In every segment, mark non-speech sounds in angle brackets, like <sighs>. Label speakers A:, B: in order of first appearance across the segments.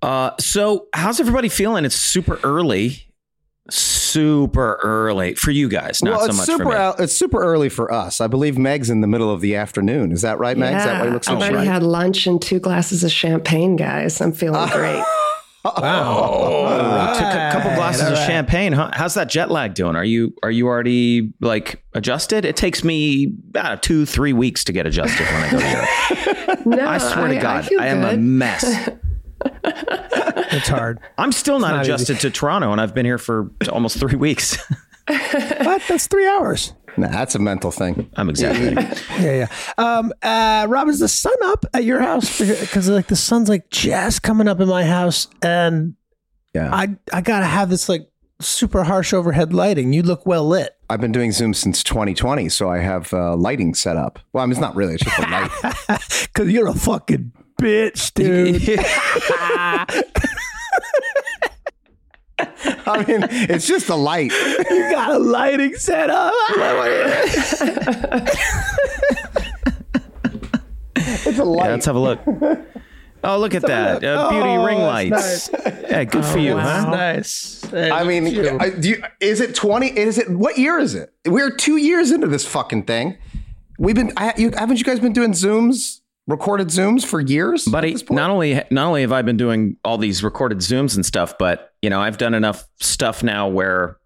A: Uh, so how's everybody feeling? It's super early, super early for you guys. Not
B: well,
A: so
B: it's
A: much
B: super.
A: for me.
B: ear- It's super early for us. I believe Meg's in the middle of the afternoon. Is that right, Meg? Is that why it looks
A: Yeah,
B: like
A: Oh,
B: she's
C: I've
B: <laughs>
C: already
B: right?
C: had lunch and two glasses of champagne, guys. I'm
A: Ah.
C: feeling great.
A: Oh,
B: All
A: took a couple
D: right,
A: glasses
D: all
A: of
D: right.
A: champagne. Huh? How's that jet lag doing? Are you are you already like adjusted? It takes me about two three weeks to get adjusted when I go to Europe. <laughs>
C: No,
A: I swear to God,
C: feel
A: I, am a
C: good.
A: mess.
D: It's hard.
A: I'm still not,
D: not
A: adjusted to Toronto, and I've been here for almost three weeks. <laughs>
D: What? That's three hours.
B: Nah, that's a mental thing.
A: I'm exaggerating.
D: Yeah, yeah. Um, uh, Rob, is the sun up at your house? Because like the sun's like just coming up in my house, and
B: Yeah.
D: I I gotta have this like super harsh overhead lighting. You look well lit.
B: I've been doing Zoom since 2020, so I have uh, lighting set up. Well, I mean, it's not really; it's just a light. <laughs>
D: Cause you're a fucking
A: <laughs>
D: bitch, <laughs> dude.
B: I mean, it's just a light.
D: you got a lighting set up.
B: It's a light.
A: Yeah, let's have a look. Oh, look at that. Uh, beauty
D: Oh,
A: ring lights.
D: that's
A: Yeah, good for you, huh?
D: Nice.
B: I mean, I, do you, is it 20? Is it what year is it? We're two years into this fucking thing. We've been. I, you, haven't you guys been doing Zooms, recorded Zooms for years?
A: buddy not only not only have i been doing all these recorded zooms and stuff but you know i've done enough stuff now where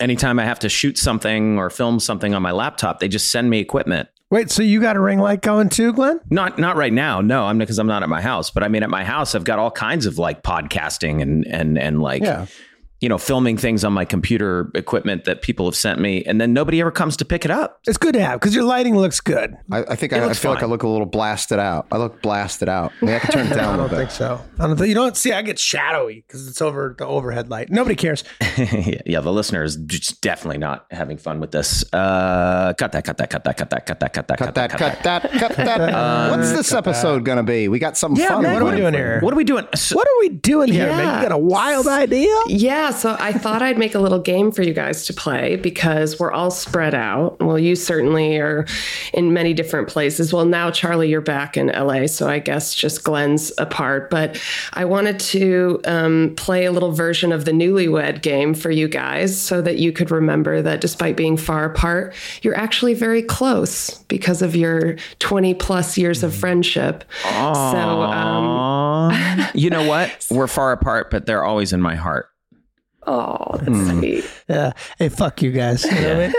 A: anytime i have to shoot something or film something on my laptop they just send me equipment
D: Wait, so you got a ring light going too, Glenn?
A: not not right now no i'm because i'm not at my house but i mean at my house i've got all kinds of like podcasting and and and like
B: Yeah.
A: you know filming things on my computer equipment that people have sent me and then nobody ever comes to pick it up <laughs>
D: It's good to have because your lighting looks good.
B: I, I think I, I
A: looks
B: feel like I
A: fine.
B: look a little blasted out. I look blasted out. I, mean, I can
D: <laughs>
B: turn it down a
D: I
B: little
D: don't think
B: bit.
D: so. I don't think you don't see. I get shadowy because it's over the overhead light. Nobody cares.
A: yeah, the listener is just definitely not having fun with this. Uh, cut that, cut that, cut that, cut that, cut that, cut that,
B: Cut that, cut that,
D: <laughs>
B: cut that.
D: Uh,
B: What's this episode gonna be? We got something
A: Yeah,
B: fun.
A: man,
D: What are we
B: planned.
D: doing here?
A: What are we doing? So,
D: What are we doing here, man?
C: Yeah.
D: You got a wild idea?
C: Yeah, so I thought I'd make a little game for you guys to play because we're all spread out. Well, you certainly are in many different places. Well, now, Charlie, you're back in LA, so I guess just Glenn's apart. But I wanted to um, play a little version of the newlywed game for you guys so that you could remember that despite being far apart, you're actually very close because of your 20 plus years of friendship. So, um,
A: Aw. you know
C: <laughs>
A: what? We're far apart, but they're always in my heart.
C: oh, that's sweet.
D: Yeah. Hey, fuck you guys. You know what I mean?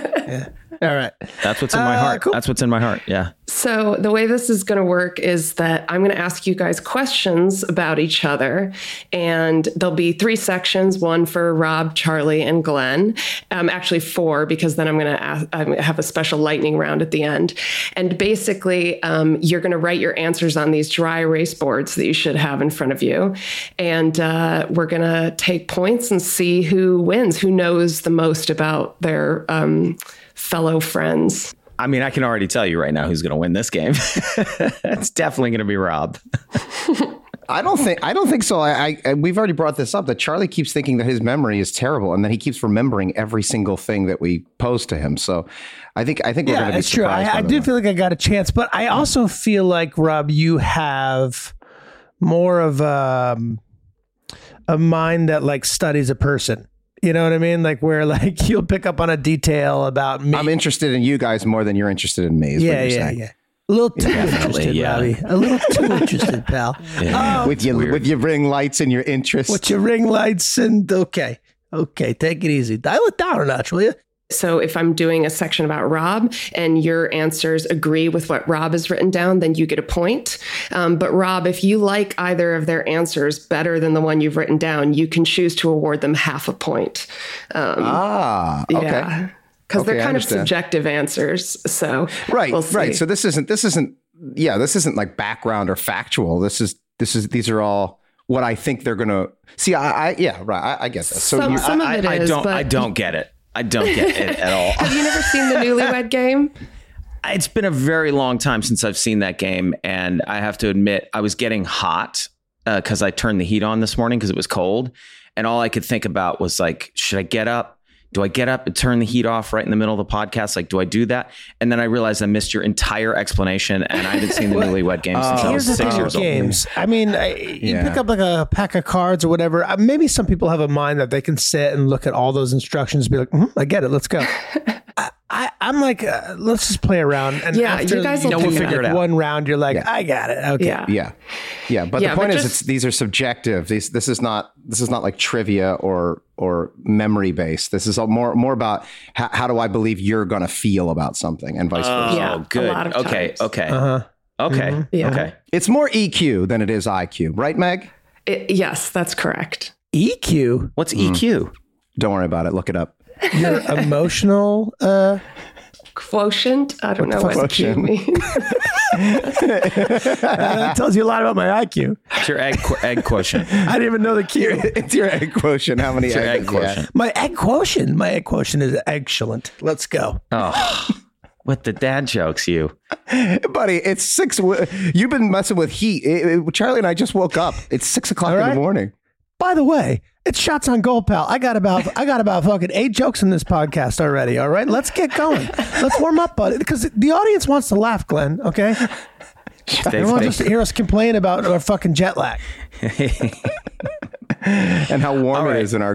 C: <laughs>
A: Totally.
D: All right.
A: That's what's in my
D: Uh,
A: heart.
D: cool.
A: That's what's in my heart. Yeah.
C: So, the way this is going to work is that I'm going to ask you guys questions about each other. And there'll be three sections one for Rob, Charlie, and Glenn. Um, actually, four, because then I'm going to ask, I'm gonna have a special lightning round at the end. And basically, um, you're going to write your answers on these dry erase boards that you should have in front of you. And uh, we're going to take points and see who wins, who knows the most about their um, fellow friends.
A: I mean, I can already tell you right now who's going to win this game. <laughs> it's definitely going to be Rob.
B: I don't think I don't think so. I, I, I we've already brought this up that Charlie keeps thinking that his memory is terrible, and then he keeps remembering every single thing that we post to him. So, I think I think we're going
D: Yeah,
B: to be
D: it's true.
B: surprised.
D: I, I
B: by
D: do
B: that.
D: feel like I got a chance, but I also feel like Rob, you have more of um, a mind that like studies a person. You know what I mean? Like where <laughs> like you'll pick up on a detail about me.
B: I'm interested in you guys more than you're interested in me. Is what
D: yeah,
B: you're
D: yeah,
B: saying.
D: yeah. A little too interested,
A: yeah.
D: Robbie. A little too interested, pal. Um,
B: With your with your ring lights and your interests.
D: with your ring lights and okay, okay, take it easy. Dial it down a notch, will you?
C: So if I'm doing a section about Rob and your answers agree with what Rob has written down, then you get a point. Um, but Rob, if you like either of their answers better than the one you've written down, you can choose to award them half a point. Um,
B: ah, okay.
C: Yeah. Because
B: Okay, I
C: they're kind of
B: understand.
C: subjective answers, so
B: Right,
C: we'll see.
B: right. So this isn't this isn't yeah, this isn't like background or factual. This is this is these are all what I think they're gonna see. I, I yeah, right. I, I get that. So
C: Some-
B: you,
C: some
A: I,
C: of it
A: I
C: is,
A: don't.
C: but-
A: I don't get it. I don't get it at all.
C: have you never
B: <laughs>
C: seen the Newlywed Game?
A: it's been a very long time since I've seen that game, and I have to admit I was getting hot uh, because I turned the heat on this morning because it was cold, and all I could think about was like, should I get up? do I get up and turn the heat off right in the middle of the podcast? Like, do I do that? And then I realized I missed your entire explanation, and I haven't
C: <laughs>
A: seen the Newlywed Game since I
D: Here's
A: was
D: the
A: six
D: thing
A: years old.
D: with games. I mean, I, you
B: Yeah.
D: pick up like a pack of cards or whatever. Uh, Maybe some people have a mind that they can sit and look at all those instructions and be like, "Mhm, I get it,
C: <laughs>
D: let's go. I, I, I'm like, uh, let's just play around. And
C: Yeah,
D: after
C: you guys will
D: do,
C: pick it
D: like,
A: up.
D: One round, you're like,
B: Yeah.
D: I got it. Okay.
C: Yeah.
B: Yeah, yeah. But
C: Yeah,
B: the
C: but
B: point is,
C: just-
B: it's, these are subjective. These this is not this is not like trivia or or memory based. This is all more more about how, how do I believe you're going to feel about something and vice versa.
A: Oh,
C: Yeah, a
A: good.
C: lot of
A: okay,
C: times. Mm-hmm.
A: okay,
D: Uh-huh.
A: okay,
D: Mhm.
C: Yeah.
A: okay.
B: It's more EQ than it is IQ, right, Meg?
C: It- yes, that's correct.
D: E EQ,
A: What's E EQ?
B: Don't worry about it. Look it up. <laughs>
C: <laughs>
D: your emotional. Uh,
C: Quotient. I don't know
B: the
C: what Q
B: fuck?
C: means.
D: uh, that tells you a lot about my IQ.
A: It's your egg qu- egg
D: <laughs>
A: quotient.
D: I didn't even know the Q. <laughs>
B: It's your egg quotient. How many
A: It's your
B: eggs?
A: egg quotient.
D: My egg quotient. My egg quotient is excellent. Let's go.
A: Oh, with the dad jokes, you.
B: Yeah. buddy? It's six. w- You've been messing with heat. It- it- Charlie and I just woke up. It's six o'clock in
D: right.
B: the morning.
D: By the way, it's shots on goal, pal. I got about I got about fucking eight jokes in this podcast already. All right, let's get going. Let's warm up, buddy, because the audience wants to laugh, Glenn. Okay, they
A: They've-
D: want
A: they-
D: just to hear us complain about our fucking jet lag.
B: And how warm
A: right.
B: it is in our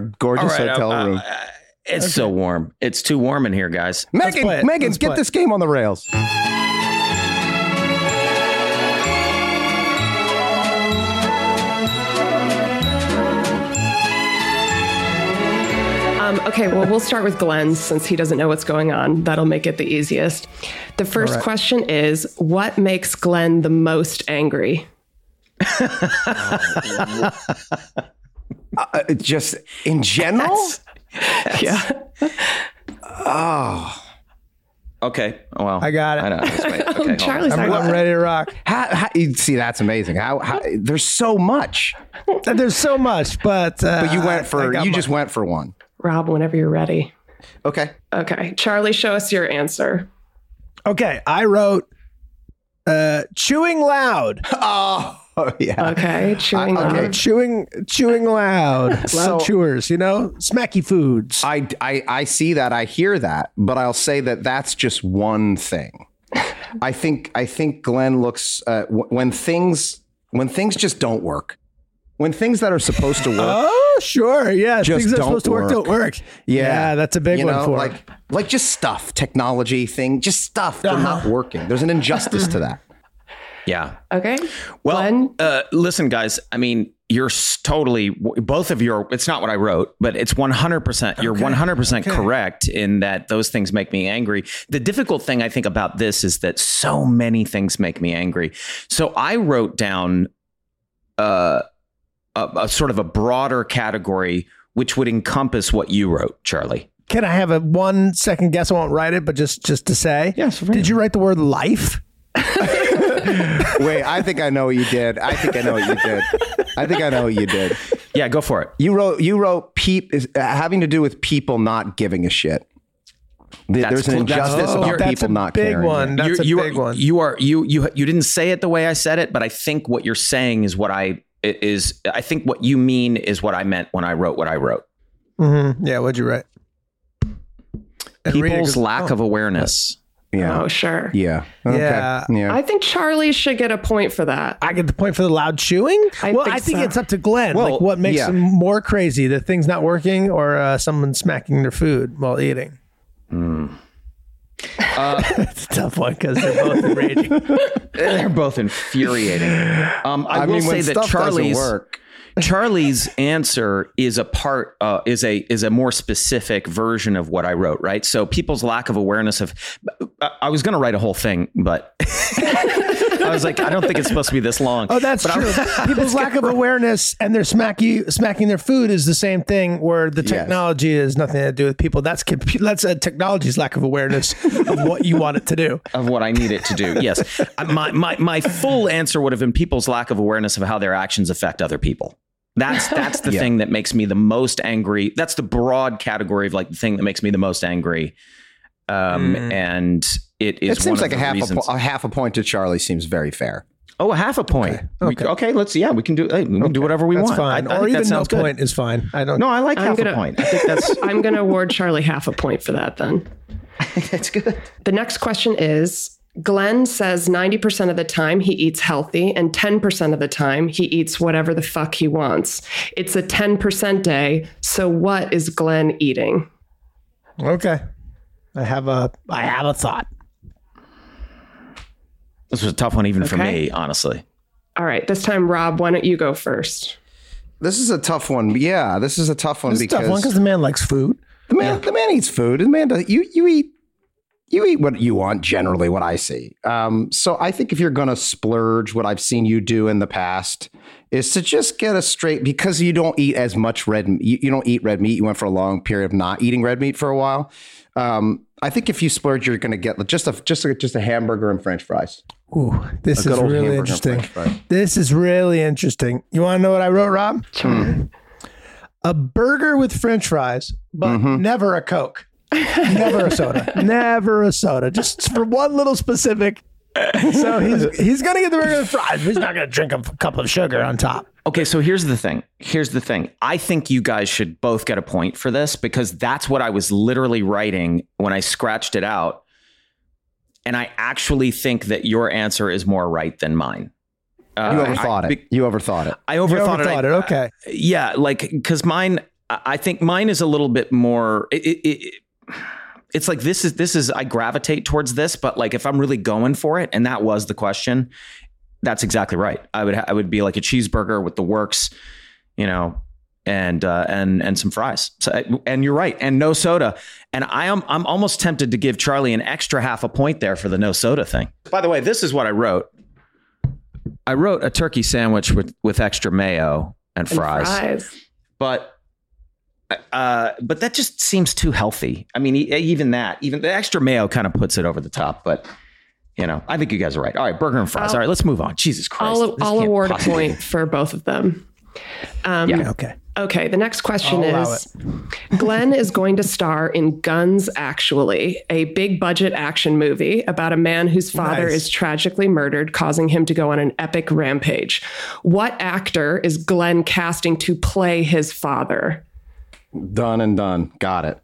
A: All
B: gorgeous
A: right,
B: hotel
A: uh, uh,
B: room.
A: it's so warm. It's too warm in here, guys.
B: Megan,
D: play it.
B: Megan,
D: Let's
B: get
D: play it. Uh,
B: this game on the rails.
C: Um, okay, well, we'll start with Glenn's since he doesn't know what's going on. That'll make it the easiest. The first question is What makes Glenn the most angry?
B: Uh, just in general.
C: Yeah. <laughs>
B: Oh,
A: Okay. Well,
D: I got it.
A: I know. Just wait. Okay, hold on.
C: Charlie's
D: I'm,
C: not
D: I'm ready to rock.
B: how, how, you see, that's amazing. How, how there's so much,
D: Uh, There's so much, but uh,
B: but you went
D: I
B: for
D: got
B: you
D: my-
B: just went for one.
C: Rob, whenever you're ready.
B: Okay,
C: Okay, Charlie, show us your answer.
D: okay. I wrote uh, chewing loud, Uh,
B: <laughs> Oh, yeah. <laughs>
C: Okay, chewing
B: Uh, okay.
C: on.
D: chewing chewing loud, loud
B: So-
D: chewers. You know, smacky foods.
B: I, I, I see that. I hear that. But I'll say that that's just one thing. I think I think Glenn looks uh, w- when things when things just don't work. When things that are supposed to work,
D: <laughs> Oh, sure. Yeah.
B: Just
D: Things that's
B: don't
D: supposed to work
B: work.
D: don't work. Yeah. that's a big
B: you
D: one
B: know,
D: for
B: like
D: it.
B: like just stuff, technology thing, just stuff.
D: Uh-huh.
B: They're not working. There's an injustice to
D: <laughs>
B: that.
A: Yeah.
C: Okay.
A: Well,
C: Glenn?
A: uh, listen, guys. I mean, you're s- totally both of your. It's not what I wrote, but it's 100. percent You're 100 percent correct in that those things make me angry. The difficult thing I think about this is that so many things make me angry. So I wrote down uh, a, a sort of a broader category, which would encompass what you wrote, Charlie.
D: Can I have a one second guess? I won't write it, but just just to say.
A: Yes, right.
D: Did you write the word life?
B: Wait, I think I know what you did. I think I know what you did. I think I know what you did.
A: Yeah, go for it.
B: You wrote you wrote peep is uh, having to do with people not giving a shit. Th-
A: That's
B: There's an
A: cool. That's-
B: injustice
A: oh,
B: about
D: that's
B: people
D: a
B: not
D: big
B: caring.
D: one. That's
A: You're-
D: a
A: you
D: big
A: are,
D: one.
A: You are you you you didn't say it the way I said it, but I think what you're saying is what I i- is. I think what you mean is what I meant when I wrote what I wrote.
D: Mhm. Yeah. What'd you write? And "Oh." read it, 'cause-
A: People's lack of
D: <laughs>
A: awareness.
B: Yeah.
C: Oh, sure.
B: Yeah. Okay.
D: Yeah.
B: Yeah.
C: I think Charlie should get a point for that.
D: I get the point for the loud chewing.
C: I
D: well,
C: think
D: I think
C: so.
D: it's up to Glenn.
B: Well,
D: like, what makes
B: yeah.
D: him more crazy? The things not working, or uh, someone smacking their food while eating.
B: Hmm.
D: <laughs> it's a tough one because they're both enraging.
A: They're both
D: <laughs>
A: infuriating. Um, I,
B: I
A: will
B: mean,
A: say
B: when
A: that
B: stuff
A: Charlie's
B: doesn't work,
A: Charlie's answer is a part uh, is a is a more specific version of what I wrote, right? So people's lack of awareness of I, I was going to write a whole thing, but <laughs> I was like, I don't think it's supposed to be this long.
D: Oh, that's true. <laughs> People's lack of awareness and their smacky smacking their food is the same thing. Where the technology has nothing to do with people. That's comp- that's a technology's lack of <laughs> awareness of what you want it to do.
A: of what I need it to
C: <laughs>
A: do. Yes. Uh, my, my, my full answer would have been people's lack of awareness of how their actions affect other people.
C: <laughs>
A: That's that's the thing that makes me the most angry. That's the broad category of like the thing that makes me the most angry. Um, and it is
B: it
A: one
C: Hmm.
B: seems
A: of
B: like a
A: the
B: half a,
A: reasons.
B: po- a half a point to Charlie seems very fair.
A: Oh, a half a point. We- Okay,
D: Okay.
A: let's yeah, we can do hey, we can do whatever we
D: That's
A: want.
D: fine.
A: I- I think
D: or
A: that
D: even no
A: sounds good.
D: point is fine. I don't.
A: No, I like
C: I'm
A: half a
C: gonna-
A: point. I think that's <laughs>
C: I'm going to award Charlie half a point for that then.
A: that's good.
C: The next question is Glenn says 90% of the time he eats healthy and 10% of the time he eats whatever the fuck he wants. It's a 10% day. So what is Glenn eating?
D: Okay. I have a. I have a thought.
A: This was a tough one even for
C: Okay.
A: me, honestly.
C: All right, this time, Rob, why don't you go first?
B: This is a tough one. Yeah, this is a tough one
D: It's a
B: because
D: tough one because the man likes food.
B: the man the man eats food. The man does, you you eat you eat what you want. Generally, what I see. Um, so I think if you're gonna splurge, what I've seen you do in the past is to just get a straight because you don't eat as much red. m- You, you don't eat red meat. You went for a long period of not eating red meat for a while. Um, I think if you splurge, you're gonna get just a just a just a hamburger and French fries.
D: Ooh, this
B: A
D: is
B: good old
D: really
B: hamburger and
D: interesting.
B: French fries.
D: This is really interesting. You want to know what I wrote, Rob?
A: Hmm.
D: A burger with French fries, but
A: Mm-hmm.
D: never a Coke, never a soda,
A: <laughs>
D: never a soda. Just for one little specific. So he's he's gonna get the burger with fries. But he's not gonna drink a f- cup of sugar on top.
A: Okay, so here's the thing. Here's the thing. I think you guys should both get a point for this because that's what I was literally writing when I scratched it out. And I actually think that your answer is more right than mine. Uh,
B: You
A: I-
B: overthought it. You overthought it.
A: I
D: You
A: overthought,
D: overthought
A: it. I-
D: it. Okay.
A: yeah like because mine i I think mine is a little bit more it, it, it, it's like this is this is i gravitate towards this but like if i'm really going for it and that was the question that's exactly right i would ha- i would be like a cheeseburger with the works you know and uh, and and some fries so, I- and you're right and no soda and i am i'm almost tempted to give charlie an extra half a point there for the no soda thing by the way this is what i wrote i wrote a turkey sandwich with with extra mayo and
C: And
A: fries but uh, but that just seems too healthy. I mean, e- even that, even the extra mayo kind of puts it over the top. But you know, I think you guys are right. All right, burger and fries.
C: I'll-
A: All right, let's move on. Jesus Christ!
C: I'll,
A: this
C: I'll
A: can't
C: award a
A: possibly-
C: point for both of them. Um,
A: Yeah.
D: Okay.
C: Okay, the next question
D: I'll allow
C: is Glenn
D: <laughs>
C: is going to star in Guns Actually, a big budget action movie about a man whose father
D: Nice.
C: is tragically murdered, causing him to go on an epic rampage. What actor is Glenn casting to play his father?
B: Done and done. Got it.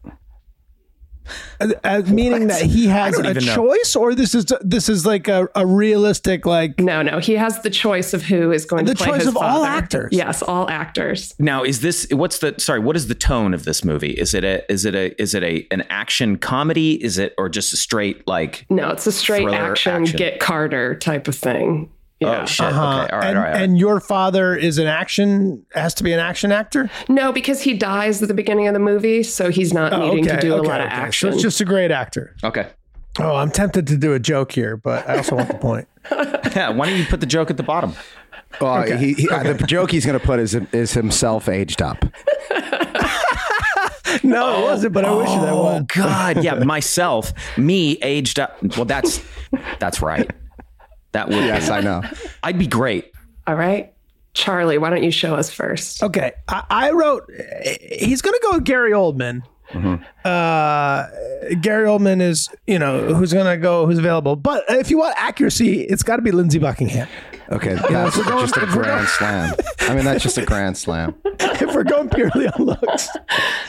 D: Uh, uh, meaning that he has a
A: even know.
D: choice, or this is this is like a, a realistic like.
C: No, no, he has the choice of who is going
D: The
C: to play
D: choice
C: his
D: of all
C: father.
D: actors.
C: Yes, all actors.
A: <laughs> Now, is this what's the sorry? What is the tone of this movie? Is it a is it a is it a an action comedy? Is it or just a straight like?
C: No, it's a straight
A: Thriller,
C: action,
A: action.
C: get Carter type of thing. Yeah. uh-huh.
A: Oh shit! Okay, all right,
D: and,
A: all right. all right.
D: and your father is an action has to be an action actor.
C: No, because he dies at the beginning of the movie, so he's not needing to do a lot of
D: Oh, okay.
C: action.
D: So it's just a great actor.
A: Okay.
D: Oh, I'm tempted to do a joke here, but I also want the point.
A: Yeah, <laughs> why don't you put the joke at the bottom?
B: Well, Oh, he, he, the joke he's going to put is is himself aged up.
D: <laughs> No, it wasn't, but I wish that
C: Oh,
D: was.
A: God, yeah, myself, me aged up. Well, that's that's right. That would
B: Yes, I <laughs> know.
A: I'd be great.
C: All right. Charlie, why don't you show us first?
D: Okay, I, I wrote. He's going to go with Gary Oldman. Uh, Gary Oldman is, you know, who's going to go, who's available. But if you want accuracy, it's got to be Lindsey Buckingham. <laughs>
B: Okay, that's just a grand slam. I mean, that's just a grand slam.
D: if we're going purely on looks,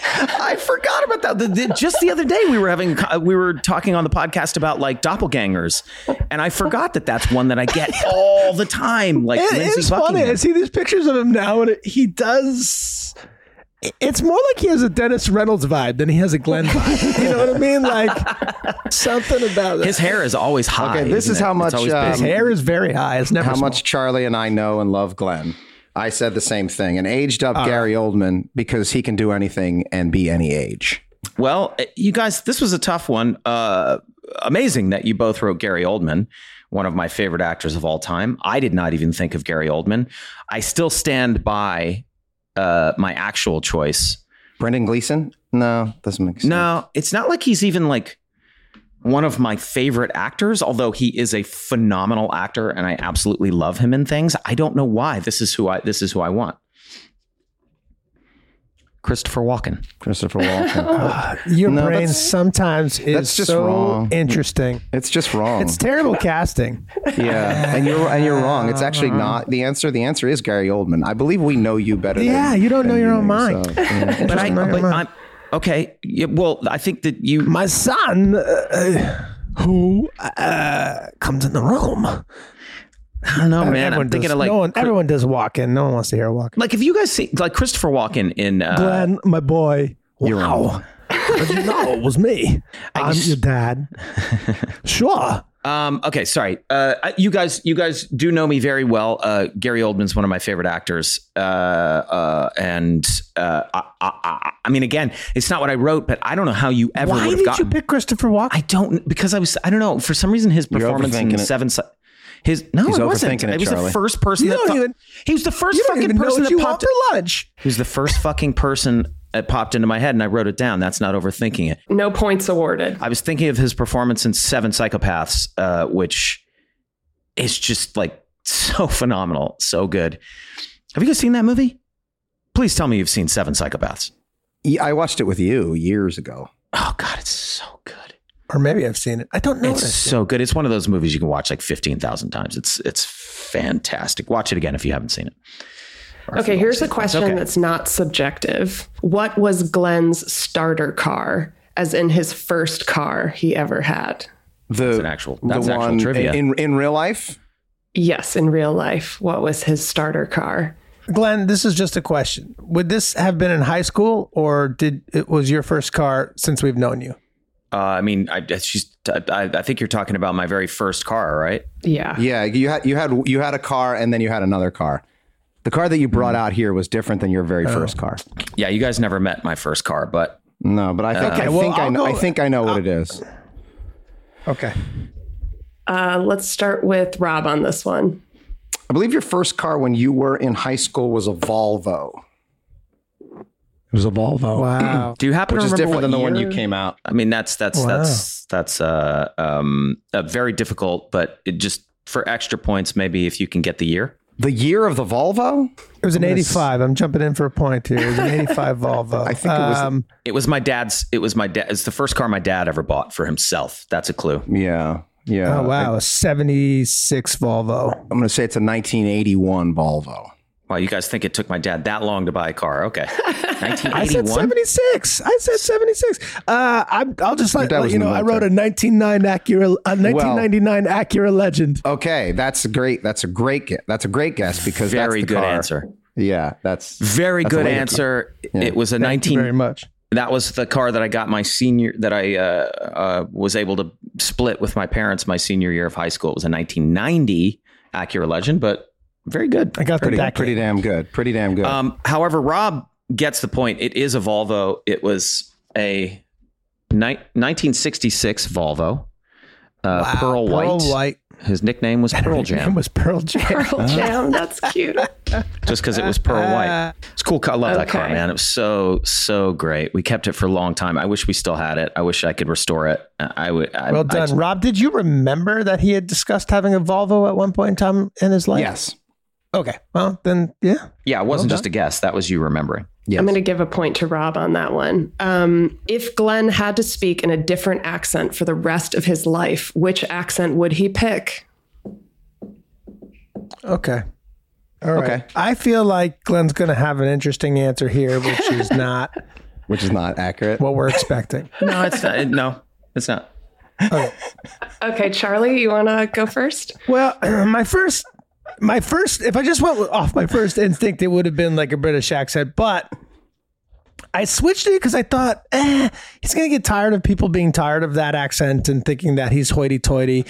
A: I forgot about that. The, the- just the other day, we were having uh, we were talking on the podcast about like doppelgangers, and I forgot that that's one that I <laughs> get all the time. Like
D: it
A: Lindsay
D: is funny. I
A: Buckingham.
D: see these pictures of him now, and it, he does. It's more like he has a Dennis Reynolds vibe than he has
A: <laughs>
D: a Glenn vibe. you know what I mean? Like something about it.
A: His hair is always high.
B: Okay, this
A: isn't
B: is
A: it?
B: how
A: It's
B: much,
A: always
B: um,
A: big.
D: His hair is very high. It's never
B: How
D: small.
B: much Charlie and I know and love Glenn. I said the same thing. An aged up Gary Oldman because he can do anything and be any age.
A: Well, uh, you guys, this was a tough one. Uh, amazing that you both wrote Gary Oldman, one of my favorite actors of all time. I did not even think of Gary Oldman. I still stand by uh, my actual choice.
B: Brendan Gleeson? No, doesn't make sense.
A: No, it's not like he's even like one of my favorite actors, although he is a phenomenal actor and I absolutely love him in things. I don't know why. This is who I this is who I want. Christopher Walken.
B: Christopher Walken. <laughs>
D: Your
B: No,
D: brain
B: that's-
D: sometimes is
B: that's just
D: so
B: wrong.
D: interesting.
B: it's just wrong.
A: Mm.
D: It's terrible casting.
B: <laughs> yeah, and you're and you're wrong. It's actually not the answer. The answer is Gary Oldman. I believe we know you better.
D: Yeah,
B: than,
D: you don't
B: than
D: know your own mind.
B: yourself. Yeah. <laughs>
A: But I,
D: Interesting.
A: but I'm, okay. Yeah, well, I think that you
D: My son, uh, uh, who uh, comes in the room,
A: I don't know, man.
D: everyone
A: I'm thinking
D: does,
A: of like,
D: no one, everyone does walk in. No one wants to hear a walk.
A: like if you guys see like Christopher Walken in uh,
D: Glenn, my boy.
B: You're
D: Wow. How'd you know it was me? I'm
A: guess-
D: your <laughs> dad. sure.
A: Um, okay, sorry. Uh, I- you guys, you guys do know me very well. Uh, Gary Oldman's one of my favorite actors, uh, uh, and uh, I, I, I, I mean, again, it's not what I wrote, but I don't know how you ever
D: Why
A: would
D: did
A: have gotten.
D: you pick Christopher Walken?
A: I don't because I was I don't know for some reason his performance in
B: overthinking it.
A: Seven. Si- His no,
B: He's
A: it wasn't.
B: overthinking it,
A: It was the
B: Charlie.
A: first person
D: You
A: that
D: don't
A: fu-
D: even-
A: he was the first
D: you don't
A: fucking
D: even know
A: person
D: what
A: that
D: you
A: popped.
D: want for lunch.
A: He was the first fucking person that popped into my head, and I wrote it down. That's not overthinking it.
C: No points awarded.
A: I was thinking of his performance in Seven Psychopaths, uh, which is just like so phenomenal, so good. Have you guys seen that movie? Please tell me you've seen Seven Psychopaths.
B: Yeah, I watched it with you years ago.
A: Oh God, it's so good.
D: or maybe I've seen it. I don't know.
A: It's
D: what I've seen.
A: so good. It's one of those movies you can watch like fifteen thousand times. It's it's fantastic. Watch it again if you haven't seen it. Or if
C: Okay,
A: you
C: here's a
A: haven't seen it. It's
C: question
A: okay.
C: that's not subjective. What was Glenn's starter car, as in his first car he ever had?
B: The
A: That's an actual- that's
B: the
A: actual
B: one
A: trivia.
B: in in real life.
C: Yes, in real life, what was his starter car?
D: Glenn, this is just a question. Would this have been in high school, or did it was your first car since we've known you?
A: Uh, I mean, I, she's. I, I think you're talking about my very first car, right?
C: Yeah.
B: Yeah, you had you had you had a car, and then you had another car. The car that you brought
A: Hmm.
B: out here was different than your very
A: Oh.
B: first car.
A: Yeah, you guys never met my first car, but
B: No, but I think I
D: well,
B: think I
D: I'll
B: know. I
D: go-
B: think I know what it is.
D: Okay.
C: Uh, let's start with Rob on this one.
B: I believe your first car when you were in high school was a Volvo,
E: It was a Volvo.
D: Wow.
A: do you happen
B: which
A: to
B: is
A: remember
B: different
A: what
B: than the one
A: year-
B: you came out.
A: I mean, that's that's
D: Wow.
A: that's that's uh, um, a very difficult, but it just for extra points, maybe if you can get the year.
B: The year of the Volvo?
D: <clears throat> It was an '85. I'm jumping in for a point here. It was an <laughs> '85 Volvo.
B: I think it was-
D: Um,
A: It was my dad's. It was my dad. It's the first car my dad ever bought for himself. That's a clue.
B: Yeah, yeah.
D: oh wow, a '76 Volvo.
B: I'm going to say it's a 1981 Volvo.
A: Wow, you guys think it took my dad that long to buy a car?
B: <laughs>
A: Okay,
D: I said
A: 1981.
D: 76. I said 76. Uh, I'm, I'll just let,
B: dad
D: let
B: was
D: you
B: in the
D: know. I wrote
B: military.
D: a 1999 Acura, a 1999 Acura Legend.
B: Okay, that's great. That's a great guess. That's a great guess because that's
A: Very
B: the
A: good
B: car.
A: answer.
B: Yeah, that's
A: Very
B: That's a
A: good
B: way to-
A: answer. It was a
D: Thank you
A: 19.
D: very much.
A: that was the car that I got my senior that I uh, uh, was able to split with my parents my senior year of high school. It was a 1990 Acura Legend, but very good.
D: I got
B: pretty,
D: the decade.
B: pretty damn good. Pretty damn good.
D: Uh,
A: Um, however, Rob gets the point. It is a Volvo. It was a ni- 1966 Volvo. Uh, Pearl, White.
D: Pearl White.
A: His nickname was Pearl
D: It
A: Jam,
D: was <laughs> Pearl <laughs> Jam.
C: Pearl Jam, that's cute.
A: just because it was Pearl White. It's a cool. car. I love that car,
C: Okay.
A: man. It was so so great. We kept it for a long time. I wish we still had it. I wish I could restore it. I I would. I,
D: Well
A: I
D: done, Rob. Did you remember that he had discussed having a Volvo at one point in time in his life?
B: yes.
D: Okay. Well, then, yeah.
A: Yeah, it wasn't just a guess. That was you remembering.
B: Yes.
C: I'm going to give a point to Rob on that one. Um, if Glenn had to speak in a different accent for the rest of his life, which accent would he pick?
D: Okay. All right.
B: Okay.
D: I feel like Glenn's going to have an interesting answer here, which is <laughs> not
B: Which is not accurate.
D: <laughs> what we're expecting.
A: No, it's not. No, it's not.
C: Okay, Charlie, you want to go first?
D: Well, <clears throat> my first, my first, if I just went off my first instinct, it would have been like a British accent, but I switched it because I thought, eh, he's going to get tired of people being tired of that accent and thinking that he's hoity toity.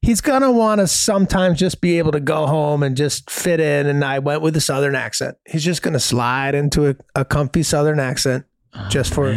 D: He's going to want to sometimes just be able to go home and just fit in. And I went with a Southern accent. He's just going to slide into a, a comfy Southern accent just for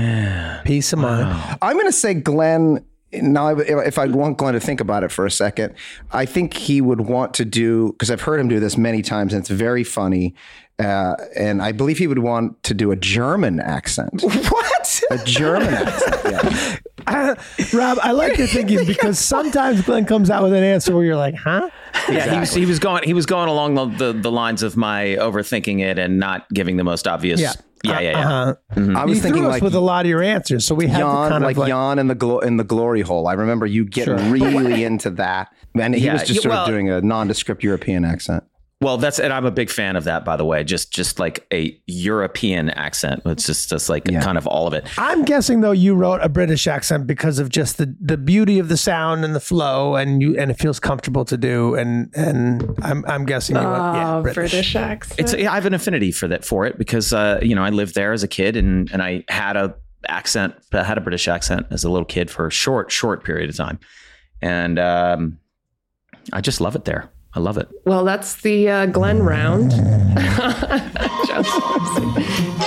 D: peace of mind.
B: I'm going to say Glenn. Now, if- if I want Glenn to think about it for a second, I think he would want to do because I've heard him do this many times, and it's very funny. Uh, and I believe he would want to do a German accent,
D: <laughs> What? <laughs>
B: a German accent. Yeah.
D: <laughs> I, Rob, I like your thinking because sometimes Glenn comes out with an answer where you're like, huh?
A: Yeah, he was, he was going he was going along the, the, the lines of my overthinking it and not giving the most obvious. Yeah, yeah, yeah.
D: Uh-huh.
B: I
D: You
B: was
D: threw
B: thinking
D: us
B: like
D: with a lot of your answers, so we had to
B: yawn,
D: kind
B: like,
D: of like
B: yawn in the glo- in the glory hole. I remember you getting really into that, and he
A: Yeah,
B: was just
A: yeah,
B: sort
A: well-
B: of doing a nondescript European accent.
A: Well, that's and I'm a big fan of that, by the way. Just just like a European accent. It's just just like
B: Yeah.
A: kind of all of it.
D: I'm guessing though you wrote a British accent because of just the, the beauty of the sound and the flow and you and it feels comfortable to do and and I'm I'm guessing you wrote yeah,
C: Oh,
D: British.
C: British accent.
A: It's I have an affinity for that for it because uh, you know I lived there as a kid and and I had a accent I had a British accent as a little kid for a short short period of time, and um, I just love it there. I love it.
C: well, that's the uh, Glen round. Just-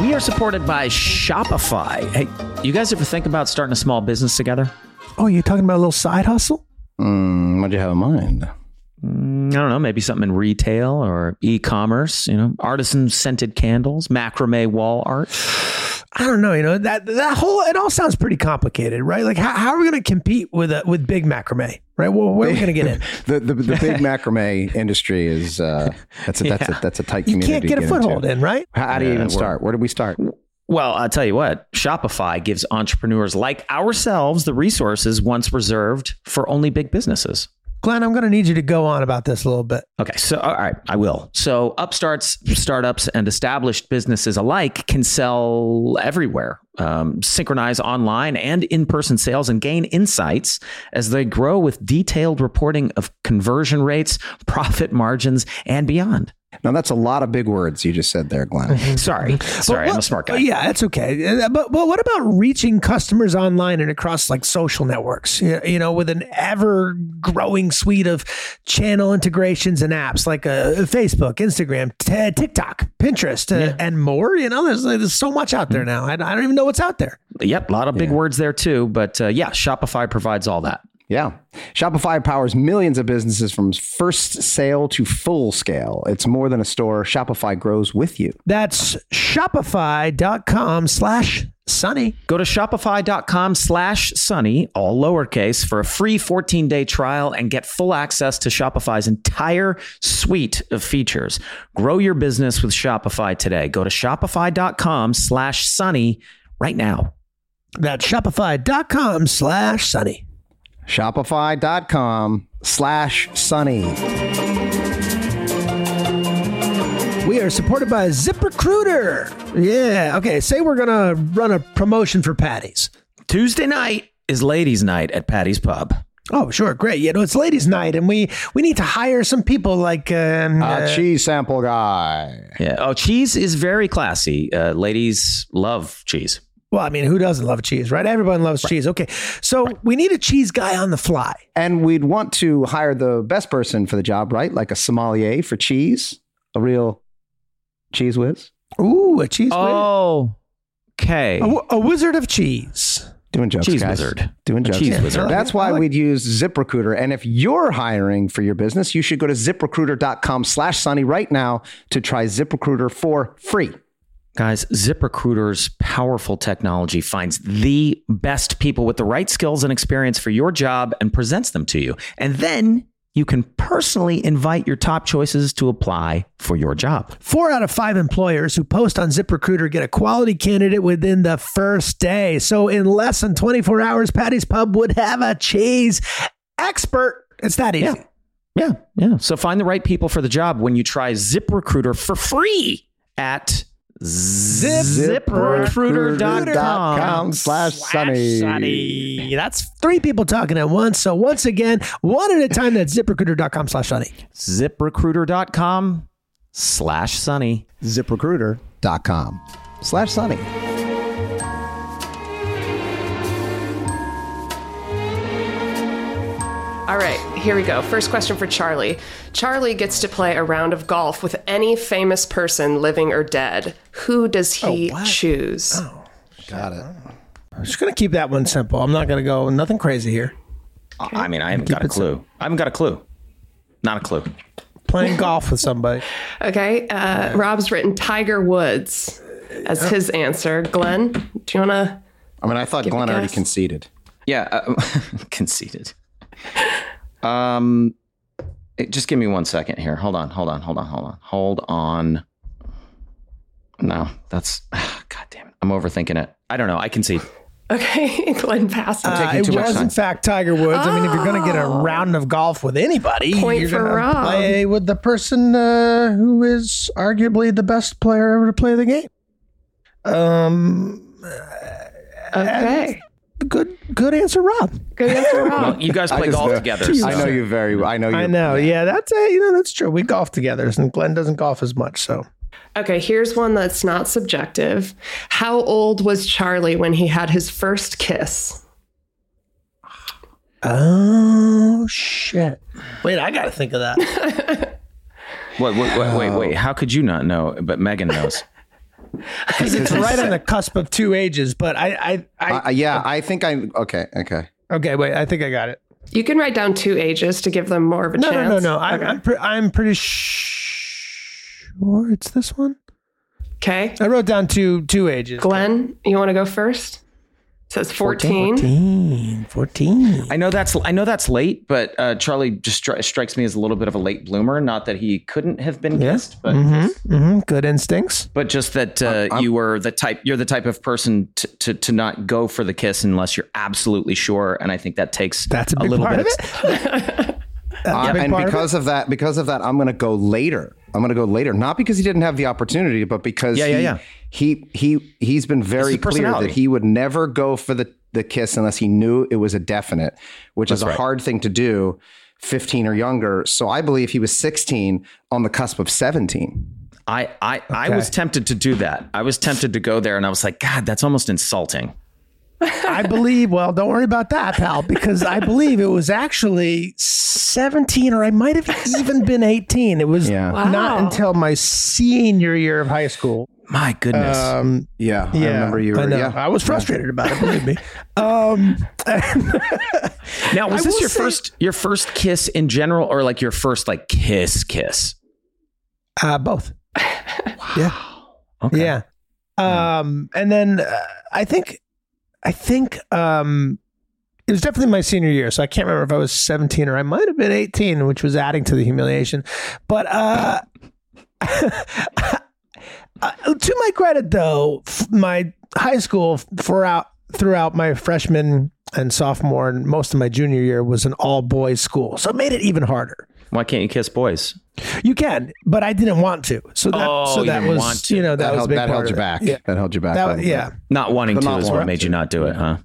A: We are supported by Shopify. Hey, you guys ever think about starting a small business together?
D: Oh, you're talking about a little side hustle?
B: Mm, what do you have in mind?
A: Mm, I don't know, maybe something in retail or e-commerce, you know, artisan scented candles, macrame wall art.
D: I don't know, you know, that that whole it all sounds pretty complicated, right? Like how, how are we going to compete with a, with big macrame, right? Well, where are we going
B: <laughs>
D: to get in?
B: The the, the
D: <laughs>
B: big macrame industry is uh, that's a, that's a, that's a tight
D: You
B: community.
D: can't
B: to
D: get a
B: into.
D: foothold in, right?
B: How, how do you even start? Where do we start?
A: Well, I'll tell you what, Shopify gives entrepreneurs like ourselves the resources once reserved for only big businesses.
D: Glenn, I'm going to need you to go on about this a little bit.
A: Okay, so all right, I will. So upstarts, startups, and established businesses alike can sell everywhere, um, synchronize online and in person sales, and gain insights as they grow with detailed reporting of conversion rates, <laughs> profit margins, and beyond.
B: Now that's a lot of big words you just said there, Glenn.
D: Mm-hmm.
A: Sorry, sorry,
D: But
A: I'm a
D: what-
A: smart
D: oh,
A: guy.
D: Yeah, that's okay. Uh, But but what about reaching customers online and across like social networks? You you know, with an ever growing suite of channel integrations and apps like uh, Facebook, Instagram, t- TikTok, Pinterest, uh, and more. You know, there's, there's so much out
A: Hmm.
D: there now. I, I don't even know what's out there.
A: Yep, a lot of big words there too, but uh, yeah, Shopify provides all that.
B: Yeah. Shopify powers millions of businesses from first sale to full scale. It's more than a store. Shopify grows with you.
D: That's Shopify.com slash Sunny.
A: Go to shopify.com slash sunny, all lowercase, for a free 14 day trial and get full access to Shopify's entire suite of features. Grow your business with Shopify today. Go to shopify.com slash sunny right now.
D: That's Shopify.com slash Sunny.
B: Shopify.com slash sunny.
D: We are supported by ZipRecruiter. Yeah. Okay. Say we're gonna run a promotion for Patties.
A: Tuesday night is ladies' night at Patty's Pub.
D: Oh, sure. Great. You know, it's ladies' night, and we we need to hire some people like um,
B: A
D: uh,
B: cheese sample guy.
A: Yeah. Oh, cheese is very classy. Uh, ladies love cheese.
D: well, I mean, who doesn't love cheese, right? Everyone loves cheese. Okay, so we need a cheese guy on the fly.
B: And we'd want to hire the best person for the job, right? Like a sommelier for cheese, a real cheese whiz.
D: Ooh, a cheese.
A: Oh, okay.
D: wizard. A wi- a wizard of cheese.
B: Doing jokes,
A: Cheese
B: guys.
A: wizard.
B: Doing
A: A
B: jokes.
A: cheese wizard.
B: That's why we'd use ZipRecruiter. And if you're hiring for your business, you should go to ziprecruiter.com slash sunny right now to try ZipRecruiter for free.
A: Guys, ZipRecruiter's powerful technology finds the best people with the right skills and experience for your job and presents them to you. And then you can personally invite your top choices to apply for your job.
D: Four out of five employers who post on ZipRecruiter get a quality candidate within the first day. So in less than 24 hours, Patty's Pub would have a cheese expert. It's that easy.
A: Yeah, yeah. So find the right people for the job when you try ZipRecruiter for free at ziprecruiter.com
B: slash sunny.
D: Sunny. That's three people talking at once. So once again, one at a time, that's ziprecruiter.com slash sunny.
A: ziprecruiter.com slash sunny.
B: ZipRecruiter.com slash sunny.
C: All right, here we go. First question for Charlie. Charlie gets to play a round of golf with any famous person, living or dead. Who does he choose?
B: Got it.
D: I'm just going to keep that one simple. I'm not going to go nothing crazy here.
A: I mean, I haven't got a clue. I haven't got a clue. Not a clue.
D: <laughs> Playing golf with somebody.
C: Okay, uh, Rob's written Tiger Woods. as his answer. Glenn, do you want to?
B: I mean, I thought Glenn already
C: guess.
B: conceded.
A: Yeah, uh, <laughs> conceited. Um, it- just give me one second here. Hold on, hold on, hold on, hold on, hold on. No, that's <sighs> God damn it. I'm overthinking it. I don't know. I concede.
C: <laughs> Okay, Glenn passes.
D: Uh, it
A: much
D: was, in
A: time.
D: fact, Tiger Woods. I mean, if you're going to get a round of golf with anybody,
C: Point
D: you're
C: for
D: gonna
C: Rob.
D: play with the person uh, who is arguably the best player ever to play the game. Um,
C: okay,
D: good, good answer, Rob.
C: good answer,
A: Well,
C: Rob.
A: you guys play
B: just
A: golf
B: know-
A: together.
B: <laughs> I
A: so-
B: know you very well. I know you.
D: I know. Yeah, that's uh, you know that's true. We golf together, and Glenn doesn't golf as much. So
C: Okay, here's one that's not subjective. How old was Charlie when he had his first kiss?
D: Oh shit! Wait, I gotta think of <laughs> that.
A: Wait, wait, wait, wait, wait. How could you not know? But Megan knows.
D: Because it's right <laughs> on the cusp of two ages. But I, I, I
B: Uh, yeah, I think I'm okay. Okay.
D: okay. Wait, I think I got it.
C: You can write down two ages to give them more of a
D: No,
C: chance.
D: no, no, no. I'm, I'm, pre- I'm pretty sure it's this one.
C: Okay,
D: I wrote down two two ages.
C: Glenn, you want to go first? It says 14.
D: 14, 14.
A: <laughs> I know that's I know that's late, but uh, Charlie just stri- strikes me as a little bit of a late bloomer. Not that he couldn't have been kissed, but
D: Mm-hmm, mm-hmm. Good instincts.
A: but just that uh, you were the type you're the type of person to, to to not go for the kiss unless you're absolutely sure. And I think that takes
D: That's a, big
A: little
D: part
A: bit.
D: of
A: of-
D: it.
B: Uh,
D: big
B: and
D: part of
B: because of, that, because of that, I'm going to go later. I'm going to go later, not because he didn't have the opportunity, but because
A: Yeah, yeah,
B: he,
A: yeah.
B: he he he's been very
A: It's the
B: clear that
A: personality.
B: he would never go for the the kiss unless he knew it was a definite, which is a hard thing to do, 15 or younger. So I believe he was 16 on the cusp of 17.
A: I I I was tempted to do that. I was tempted to go there, and I was like, God, that's almost insulting.
D: I believe, well, don't worry about that, pal, because I believe it was actually 17 or I might have even been 18. It was
B: Yeah. Wow.
D: not until my senior year of high school.
A: My goodness.
D: Um,
B: Yeah,
D: yeah,
B: I remember you.
D: I
B: Were,
D: know.
B: yeah,
D: I was frustrated about it, believe me. Um,
A: now, was
D: I
A: this
D: will
A: your
D: say-
A: first your first kiss in general, or like your first like kiss kiss?
D: <laughs> uh, both.
A: Okay.
D: Yeah. Um, and then uh, I think, I think um, it was definitely my senior year. So I can't remember if I was 17 or I might have been 18, which was adding to the humiliation. But uh, <laughs> uh, to my credit, though, f- my high school f- throughout throughout my freshman and sophomore and most of my junior year was an all boys school, so it made it even harder.
A: Why can't you kiss boys?
D: You can, but I didn't want to. So that
A: Oh,
D: so
A: you
D: that
A: didn't
D: was
A: want to.
D: you know
B: that,
D: that, was a
B: held,
D: big
B: that
D: part
B: held
D: of
B: you
D: it.
B: back.
D: Yeah.
B: That held you back. a
D: That,
B: little
D: yeah,
B: bit.
A: Not wanting
B: But
A: to
B: not
A: is what
B: wanting
A: made
B: to.
A: you not do it, huh?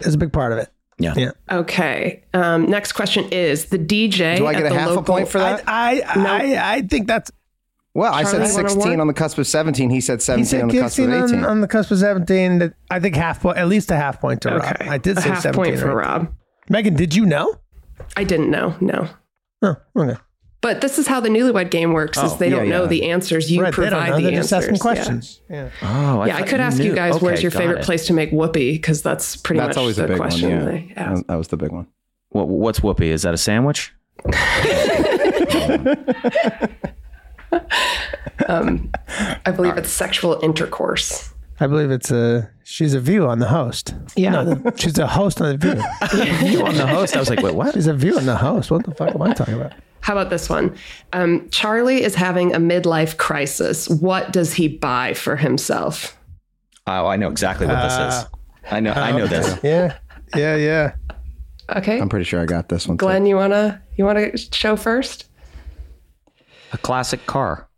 D: is a big part of it.
A: Yeah.
D: Yeah.
C: Okay. Um, next question is the DJ.
B: Do I get
C: at
B: a
C: the
B: half
C: local,
B: a point
D: Uh,
B: for that?
D: I I, I I think that's
B: well, I said
C: Charlie, wanna
B: 16
C: what?
B: on the cusp of 17. He said 17
D: he said
B: on the cusp
D: 16
B: of 18.
D: on, on the cusp of 17. That I think half point, at least a half point to
C: Okay.
D: Rob. I did
C: a
D: say
C: half
D: 17.
C: point for
D: right?
C: Rob.
D: Megan, did you know?
C: I didn't know. No.
D: Oh, okay.
C: But this is how the newlywed game works: is
A: Oh,
C: they don't
B: yeah,
C: know
B: yeah.
C: the answers. You
D: right, they don't
C: provide
D: know.
C: the
D: They're
C: answers.
D: just asking
C: Yeah.
D: questions. Yeah.
A: Oh, I
C: Yeah, I
A: thought
C: could ask
A: knew.
C: you guys, where's
A: Okay,
C: your
A: got
C: favorite
A: it.
C: place to make whoopee? Because that's pretty
B: That's
C: much
B: always
C: the
B: a big one.
C: question
B: Yeah. Um,
C: they ask.
B: That- that was the big one.
A: What, what's whoopee? Is that a <laughs> sandwich?
C: I believe it's sexual intercourse.
D: I believe it's a she's a view on the host.
C: Yeah.
D: No, she's a host on the <laughs> view.
A: You on the host? I was like, wait, what?
D: she's a view on the host. What the fuck am I talking about?
C: How about this one? Um, Charlie is having a midlife crisis. What does he buy for himself?
A: Oh, I know exactly what this is. I know, I know this.
D: Yeah, yeah, yeah.
C: Okay,
B: I'm pretty sure I got this one. too.
C: Glenn, you wanna you wanna show first?
A: A classic car.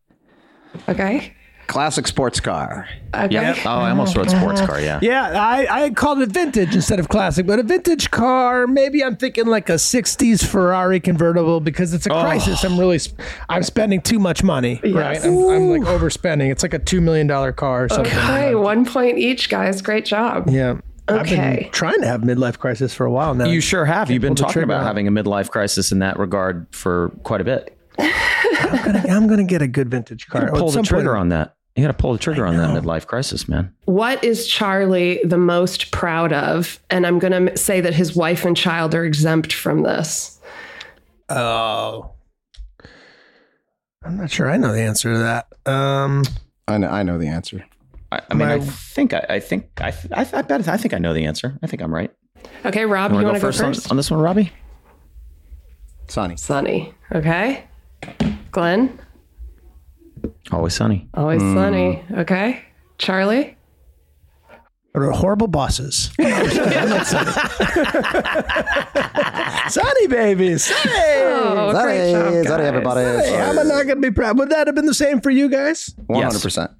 C: Okay.
B: Classic sports car.
C: Okay.
A: Yeah. Oh, I almost wrote sports car. Yeah.
D: Yeah, I, I called it vintage instead of classic, but a vintage car. Maybe I'm thinking like a '60s Ferrari convertible because it's a
A: Oh.
D: crisis. I'm really, sp- I'm spending too much money. Right, I'm, I'm like overspending. It's like a two million dollar car or something.
C: Okay, one point each, guys. Great job.
D: Yeah. I've
C: Okay.
D: been trying to have midlife crisis for a while now.
A: You sure have. You've been
D: Pulled the
A: talking
D: trigger
A: about
D: on it.
A: having a midlife crisis in that regard for quite a bit.
D: I'm gonna, I'm gonna get a good vintage car. At
A: Pull the
D: some
A: trigger
D: point-
A: on that. You got to pull the trigger on that midlife crisis, man.
C: What is Charlie the most proud of? And I'm going to say that his wife and child are exempt from this.
D: Oh. I'm not sure I know the answer to that. Um,
B: I know. I know the answer.
A: I, I mean,
D: My-
A: I think I, I think I, I, I bet I think I know the answer. I think I'm right.
C: Okay, Rob, you
A: wanna
C: want to go first?
A: on- on this one, Robbie?
B: Sonny.
C: Sunny. Okay. Glenn,
A: Always sunny.
C: always
D: Hmm.
C: sunny. Okay. Charlie,
D: Or horrible <laughs> bosses. Sunny baby, sunny.
C: Oh,
B: Sorry,
C: great job,
B: sorry,
C: guys.
B: everybody.
D: I'm not gonna be proud. Would that have been the same for you guys?
B: One hundred percent.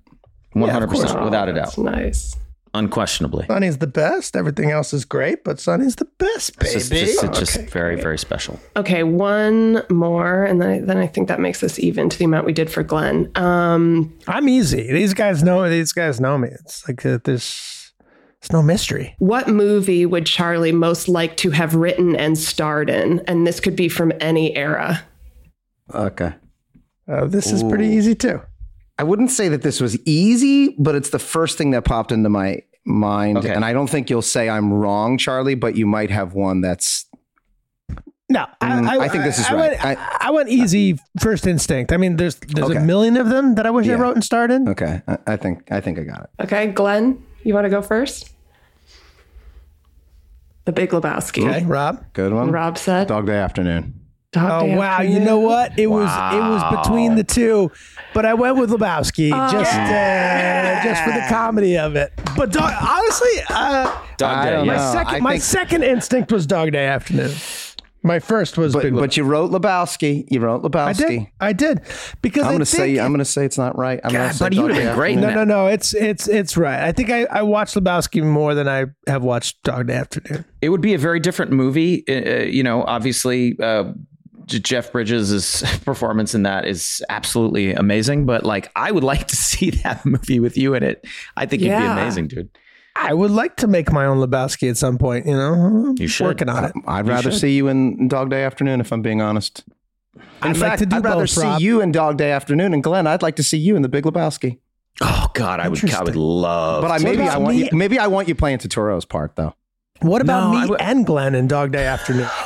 A: One hundred percent, without a doubt,
C: That's nice.
A: unquestionably.
D: Sunny's the best. Everything else is great, but Sunny's the best, baby.
A: It's just, just- it's just very, very special.
C: Okay, one more, and then then I think that makes us even to the amount we did for Glenn. Um,
D: I'm easy. These guys know. These guys know me. It's like uh, there's, it's no mystery.
C: what movie would Charlie most like to have written and starred in? And this could be from any era.
B: Okay.
D: Uh, this is pretty easy too.
B: I wouldn't say that this was easy, but it's the first thing that popped into my mind,
A: Okay.
B: and I don't think you'll say I'm wrong, Charlie. But you might have one that's
D: No,
B: Mm,
D: I, I,
B: I think this is
D: I,
B: right.
D: Went, I, went easy first instinct. I mean, there's there's
B: Okay.
D: a million of them that I wish I
B: Yeah.
D: wrote and starred in.
B: okay. I, I think I think I got it.
C: Okay, Glenn, you want to go first? The Big Lebowski.
D: Okay, Rob.
B: Good one.
C: Rob said.
B: Dog Day Afternoon.
C: Dog
D: Oh
C: Day
D: wow! You
C: Afternoon.
D: know what? It was it was between the two, but I went with Lebowski just uh, just for the comedy of it. But dog, honestly, uh,
A: Dog
B: I
A: day,
B: don't
A: yeah.
B: know.
D: my second
B: I
D: my
B: think-
D: second instinct was Dog Day Afternoon. My first was
B: But
D: Big
B: but you wrote Lebowski. You wrote
D: I
B: Lebowski.
D: did. I did because
B: I'm
D: I
B: gonna say
D: think-
B: I'm gonna say it's not right. I'm gonna
A: God,
B: say
A: buddy, you
B: Dog
A: would've
B: Day
A: been great in
B: Afternoon.
D: no, no, no. It's it's it's right. I think I I watched Lebowski more than I have watched Dog Day Afternoon.
A: It would be a very different movie. Uh, uh, you know, obviously, uh, J- Jeff Bridges' <laughs> performance in that is absolutely amazing. But like, I would like to <laughs> see that movie with you in it. I think you'd
C: Yeah.
A: be amazing, dude.
D: I would like to make my own Lebowski at some point. You know,
A: You should.
D: working on it.
B: I'd rather see you in Dog Day Afternoon if I'm being honest. In
D: I'd like
B: fact,
D: to do
B: I'd rather
D: both,
B: see
D: Rob.
B: you in Dog Day Afternoon, and Glenn, I'd like to see you in The Big Lebowski.
A: Oh God, I would. I would
D: Interesting.
A: love.
B: But I,
A: to-
B: maybe
D: about
B: I want
D: me?
B: you, maybe I want you playing Totoro's part though.
D: What about
A: No,
D: me
A: I would-
D: and Glenn and Dog Day
A: <laughs>
D: Afternoon?
B: <laughs>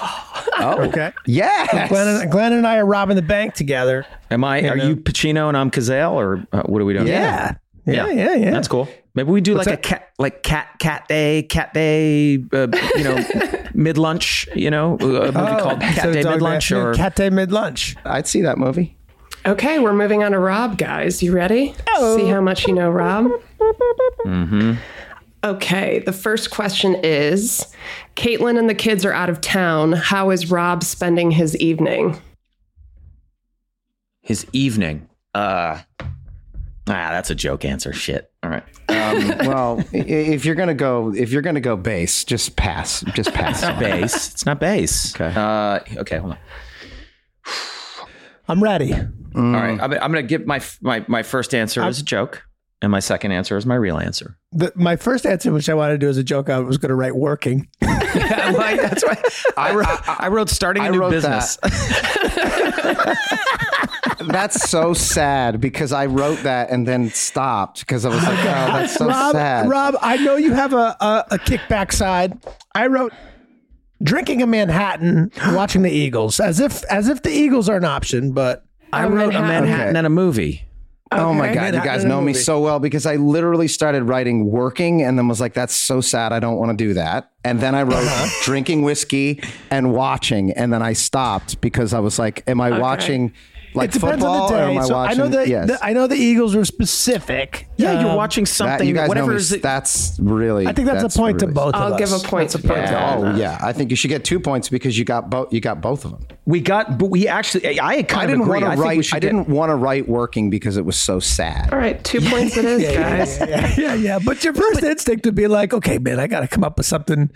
B: Oh,
D: Okay.
B: Yes.
D: Glenn and, Glenn and I are robbing the bank together.
A: Am I? Are
D: know.
A: you Pacino and I'm Cazale, or uh, what are we doing?
D: uh, Yeah, yeah, yeah.
A: That's cool. Maybe we do
D: What's
A: like
D: that?
A: a cat, like cat, cat day, cat day, uh, you
D: <laughs>
A: know, mid lunch, you know, uh, a movie called Cat
D: Oh, So
A: Day
D: Dog
A: Mid Lunch
D: Afternoon,
A: or
D: Cat Day Mid Lunch.
B: I'd see that movie.
C: Okay, we're moving on to Rob, guys. You ready? See how much you know, Rob. Mm-hmm.
B: Mm-hmm.
C: Okay, the first question is Caitlin and the kids are out of town. How is Rob spending his evening?
A: his evening. Uh, ah, that's a joke answer. Shit. All right.
B: <laughs> Um, well, i- if you're gonna go, if you're gonna go base, just pass, just pass. <laughs>
A: Base. It's not base.
B: Okay.
A: Uh, <laughs> okay. Hold on.
D: I'm ready.
A: All right. I'm, I'm going to give my, my, my first answer as a joke and my second answer is my real answer.
D: The, my first answer, which I wanted to do as a joke, I was going to write working.
A: <laughs> that's why I wrote, I wrote starting a
B: I
A: new
B: wrote
A: business.
B: That's so sad because I wrote that and then stopped because I was like, oh, that's so
D: Rob,
B: sad.
D: Rob, I know you have a, a, a kickback side. I wrote drinking a Manhattan, watching the Eagles, as if as if the Eagles are an option, but
A: <laughs> I wrote a Manhattan
B: Okay.
A: and a movie.
B: oh my god, you
D: Manhattan
B: guys
D: in a
B: know me
D: movie.
B: so well because I literally started writing working and then was like, that's so sad. I don't want to do that. And then I wrote
D: Uh-huh.
B: drinking whiskey and watching, and then I stopped because I was like, am I watching like
D: it depends
B: football
D: on the
B: or am
D: day.
B: I
D: so I
B: watching?
D: know that
B: yes.
D: the, I know the Eagles were specific.
A: Yeah.
D: Um,
A: you're watching
B: That-
A: something,
B: you guys know
A: whatever
B: me.
A: is it.
B: that's really.
D: I think that's, a point
B: really
D: to both.
C: I'll
D: of
C: give a
D: <laughs> us.
C: point to both.
B: Yeah. Oh yeah, I think you should get two points because you got both. You got both of them.
A: We got, but we actually, I, I kind
B: I
A: of
B: didn't
A: agree.
B: want to
A: I think we
B: write.
A: should
B: I
A: get-
B: didn't want to write working because it was so sad.
C: All right, two
B: <laughs>
C: points it is, guys.
D: yeah, yeah, yeah. But your first instinct would be like, okay, man, I got to come up with something.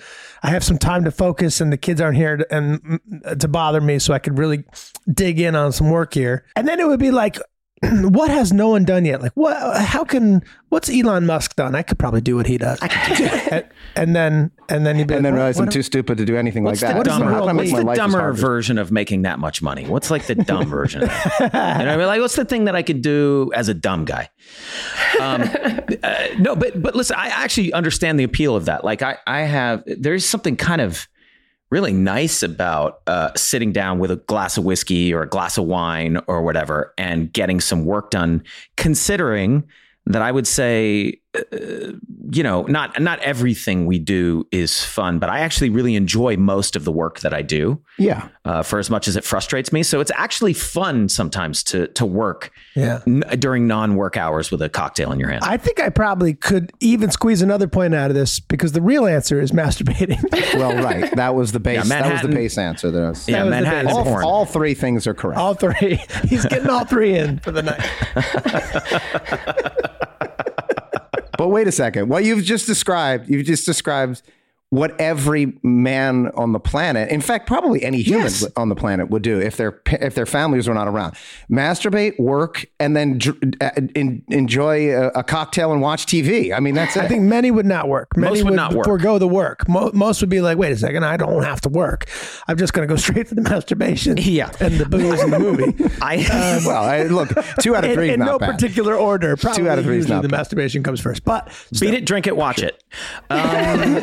D: I have some time to focus, and the kids aren't here to, and mm, to bother me, so I could really dig in on some work here. And then it would be like, <clears throat> what has no one done yet? Like, what? How can? What's Elon Musk done? I could probably do what he does. I could do <laughs> and, and then, and then you'd be
B: And then
D: like,
B: realize
D: what,
B: I'm too stupid to do anything like
A: What's
B: that.
A: the
B: That's
A: dumber,
B: how can I
A: what's
B: make my
A: the
B: life as
A: dumber
B: hard as-
A: version of making that much money? What's like the
B: <laughs>
A: dumb version of that? And I mean, like, what's the thing that I could do as a dumb guy?
B: <laughs>
A: Um, uh, no, but but listen, I actually understand the appeal of that. Like, I I have there's something kind of really nice about uh, sitting down with a glass of whiskey or a glass of wine or whatever and getting some work done, considering that I would say uh, you know, not not everything we do is fun, but I actually really enjoy most of the work that I do.
B: Yeah.
A: Uh, for as much as it frustrates me, so it's actually fun sometimes to to work
D: Yeah.
A: n- during non work hours with a cocktail in your hand.
D: I think I probably could even squeeze another point out of this because the real answer is masturbating. <laughs>
B: Well, right. That was the base. that was the
A: Manhattan-
B: base answer. That I was,
A: yeah,
D: was the
A: Manhattan
D: base.
B: all,
A: porn.
B: all three things are correct.
D: all three. <laughs> He's getting all three in for the night.
B: But wait a second. What you've just described, you've just described what every man on the planet, in fact, probably any human
D: Yes.
B: on the planet would do if their pa- if their families were not around. Masturbate, work, and then dr- uh, en- enjoy a, a cocktail and watch TV. I mean, that's it.
D: I think many would not work. Many
A: Most would not work.
D: Forego the work. Mo- most would be like, wait a second, I don't have to work. I'm just going to go <laughs> straight to the masturbation.
A: Yeah.
D: and the booze and
B: <laughs>
D: the movie.
A: I
B: well, I, look, two out of
D: <laughs> In,
B: three is
D: in
B: not
D: no
B: bad.
D: particular order. Probably
B: out of three is
D: usually
B: not
D: the
B: bad.
D: masturbation comes first, but
A: beat it, drink it, watch it. Um,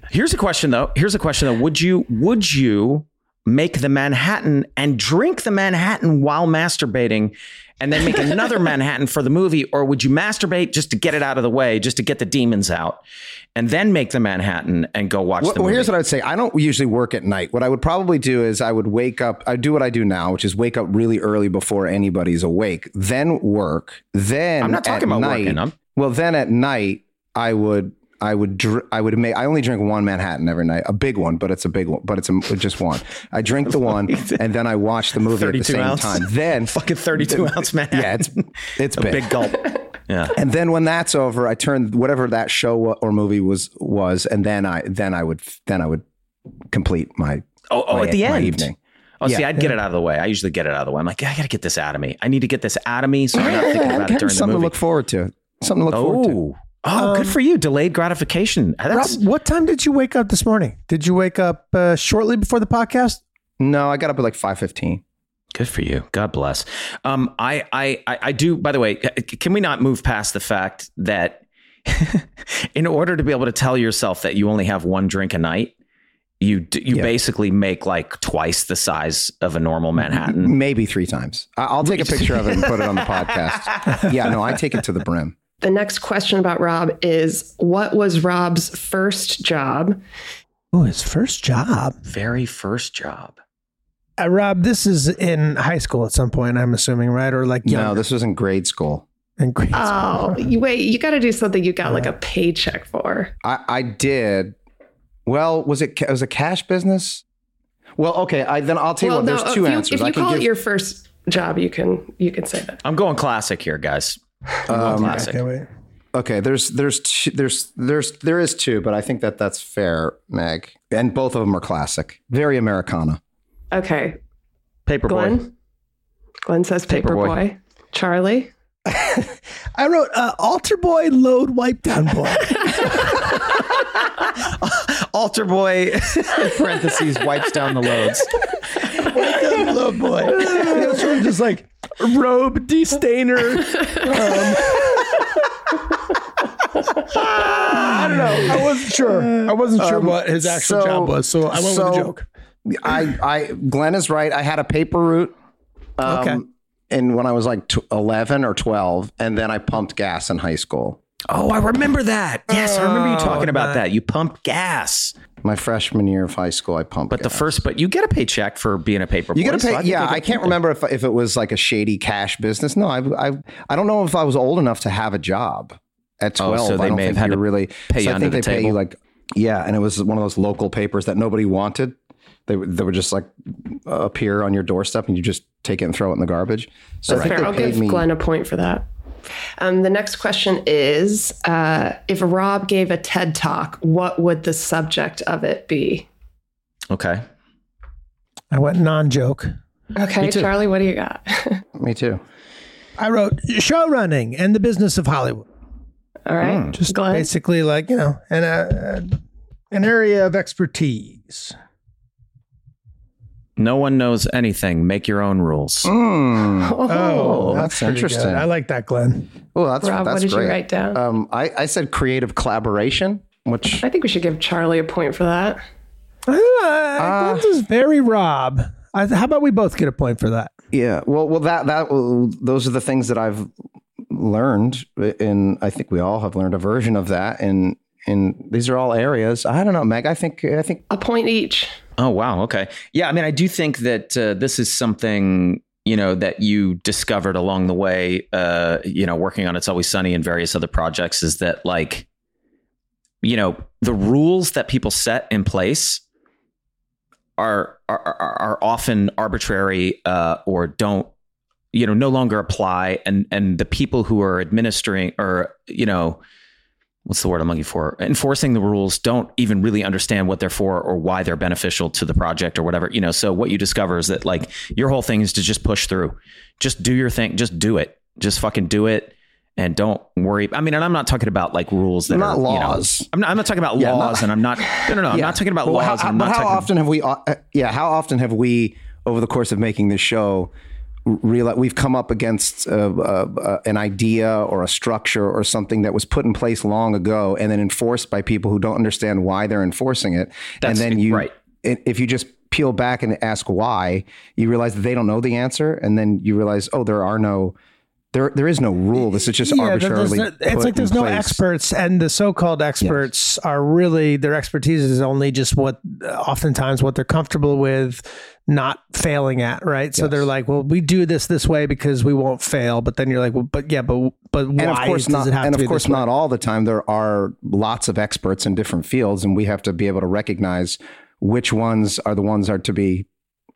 A: <laughs> here's a question though. Here's a question though. Would you would you make the Manhattan and drink the Manhattan while masturbating, and then make
B: <laughs>
A: another Manhattan for the movie, or would you masturbate just to get it out of the way, just to get the demons out, and then make the Manhattan and go watch
B: Well,
A: the movie?
B: well, here's what I would say. I don't usually work at night. What I would probably do is I would wake up. I do what I do now, which is wake up really early before anybody's awake, then work. Then
A: I'm not talking
B: at
A: about
B: night,
A: working. I'm-
B: well, then at night I would I would dr- I would make I only drink one Manhattan every night, a big one, but it's a big one, but it's a, just one. I drink
A: <laughs>
B: the one and then I watch the movie at the
A: 32
B: same
A: ounce.
B: time.
A: <laughs>
B: Then
A: fucking 32 ounce Manhattan.
B: yeah, it's it's
A: a big gulp. Yeah.
B: and then when that's over, I turned whatever that show wa- or movie was was, and then I then I would then I would complete my
A: Oh, oh
B: my-
A: at the
B: my
A: end.
B: evening.
A: Oh, see,
B: Yeah.
A: I'd get it out of the way. I usually get it out of the way. I'm like, I gotta get this out of me. I need to get this out of me, so
B: <laughs>
A: I'm not thinking about it during the
B: something to
A: movie.
B: look forward to. Something to look forward to.
A: Oh, oh, good for you. Delayed gratification.
D: Rob,
A: That's
D: what time did you wake up this morning? Did you wake up uh, shortly before the podcast?
B: No, I got up at like five fifteen.
A: good for you. God bless. Um, I, I, I, I do. By the way, uh, c- can we not move past the fact that <laughs> in order to be able to tell yourself that you only have one drink a night, you d- you
B: Yeah.
A: basically make like twice the size of a normal Manhattan.
B: Maybe three times. I- I'll take a picture of it and put it
A: <laughs>
B: on the podcast. <laughs> Yeah, no, I take it to the brim.
C: The next question about Rob is what was Rob's first job?
D: Oh, his first job.
A: Very first job.
D: Uh, Rob, this is in high school at some point, I'm assuming, right? Or like
B: No,
D: young
B: this was in grade school.
D: and grade school.
C: Oh, <laughs> you, wait, you got to do something you got like a paycheck for.
B: I, I did. Well, was it ca- it was a cash business? Well, okay. I then I'll tell you
C: well,
B: what. There's
A: uh,
C: if
B: two
C: you,
B: answers.
C: If you
B: I can
C: call
B: give
C: it your first job, you can you can say that.
A: I'm going classic here, guys. I'm going classic.
D: Okay, wait.
B: Okay, there's there's two, there's there's there is two, but I think that that's fair, Meg. And both of them are classic, very Americana.
C: Okay,
A: Paperboy.
C: Glenn. Glenn says
A: Paperboy.
C: Paperboy. Charlie.
D: I wrote uh, altar boy load wipe down <laughs> boy.
A: Altar boy.
E: Parentheses wipes down the loads.
D: Hello, boy. <laughs> It was really just like robe destainer. Um, I don't know. I wasn't sure. I wasn't sure what his actual
B: so-
D: job was, Um, so I went with
B: so-
D: a joke.
B: I I Glenn is right. I had a paper route, um,
D: Okay.
B: and when I was like tw- eleven or twelve, and then I pumped gas in high school,
A: Oh, I remember that. Yes, I
B: Oh,
A: remember you talking about that. You pumped gas,
B: my freshman year of high school. I pumped,
A: but the
B: gas.
A: first, but you get a paycheck for being a paperboy.
B: you got to
A: so
B: pay.
A: I think
B: yeah,
A: they
B: I
A: get-
B: can't remember if if it was like a shady cash business. No, I I I don't know if I was old enough to have a job at
A: Oh, so
B: twelve.
A: they
B: I don't
A: may
B: think
A: have had
B: you're
A: to
B: really
A: pay you
B: so I
A: under
B: think
A: the
B: they pay you
A: table.
B: like yeah, and it was one of those local papers that nobody wanted. They would- they would just like uh, appear on your doorstep and you just take it and throw it in the garbage. So I
C: Fair.
B: think they
C: I'll
B: paid
C: give
B: me.
C: Glenn a point for that. Um, the next question is uh, If Rob gave a TED talk, what would the subject of it be?
A: Okay.
D: I went non joke.
C: Okay,
A: too.
C: Charlie, what do you got? <laughs>
B: me too.
D: I wrote show running and the business of Hollywood.
C: All right.
B: Hmm.
D: Just
C: Glenn?
D: basically like you know, an uh, an area of expertise.
A: No one knows anything. Make your own rules.
B: Mm.
A: Hmm.
D: Oh,
B: that's
D: pretty
B: interesting.
D: good. I like that, Glenn.
B: Well, that's
C: Rob,
B: that's
C: what did
B: great.
C: you write down?
B: Um, I I said creative collaboration, which
C: Uh, I think we should give Charlie a point for that.
D: I don't know,
B: Uh,
D: I- Glenn's uh, is very Rob. I, how about we both get a point for that?
B: Yeah. Well, well, that that those are the things that I've learned, uh, and I think we all have learned a version of that. And and these are all areas. I don't know, Meg. I think I think
C: A
B: <laughs>
C: point each.
A: Oh wow, okay. Yeah, I mean I do think that uh, this is something, you know, that you discovered along the way uh, you know, working on It's Always Sunny and various other projects is that like you know, the rules that people set in place are are are are often arbitrary uh or don't you know, no longer apply and and the people who are administering or you know, what's the word I'm looking for? Enforcing the rules don't even really understand what they're for or why they're beneficial to the project or whatever. You know, so what you discover is that like your whole thing is to just push through. Just do your thing. Just do it. Just fucking do it. And don't worry. I mean, and I'm not talking about like rules that
B: Not
A: are, you know,
B: laws.
A: I'm not. I'm not talking about
B: Yeah, not-
A: laws, and I'm not. No, no, no. I'm
B: <laughs> Yeah.
A: not talking about
B: Well,
A: laws.
B: How,
A: and I'm
B: but
A: not
B: how
A: talking.
B: often have we? Uh, yeah, how often have we over the course of making this show? Realize we've come up against uh, uh, uh, an idea or a structure or something that was put in place long ago and then enforced by people who don't understand why they're enforcing it.
A: That's
B: and then you,
A: right.
B: i- if you just peel back and ask why, you realize that they don't know the answer, and then you realize, oh, there are no, there there is no rule. This is just
D: Yeah, there- there's
B: arbitrarily.
D: no- it's
B: put
D: like there's
B: in
D: no
B: place.
D: experts, and the so-called experts are really their expertise is only just what, oftentimes, what they're comfortable with, not failing at, right? So they're like, well, we do this this way because we won't fail. But then you're like, well, but yeah, but but why
B: and of course
D: does
B: not
D: it have
B: and
D: to be
B: of course
D: this way?
B: not all the time there are lots of experts in different fields and we have to be able to recognize which ones are the ones are to be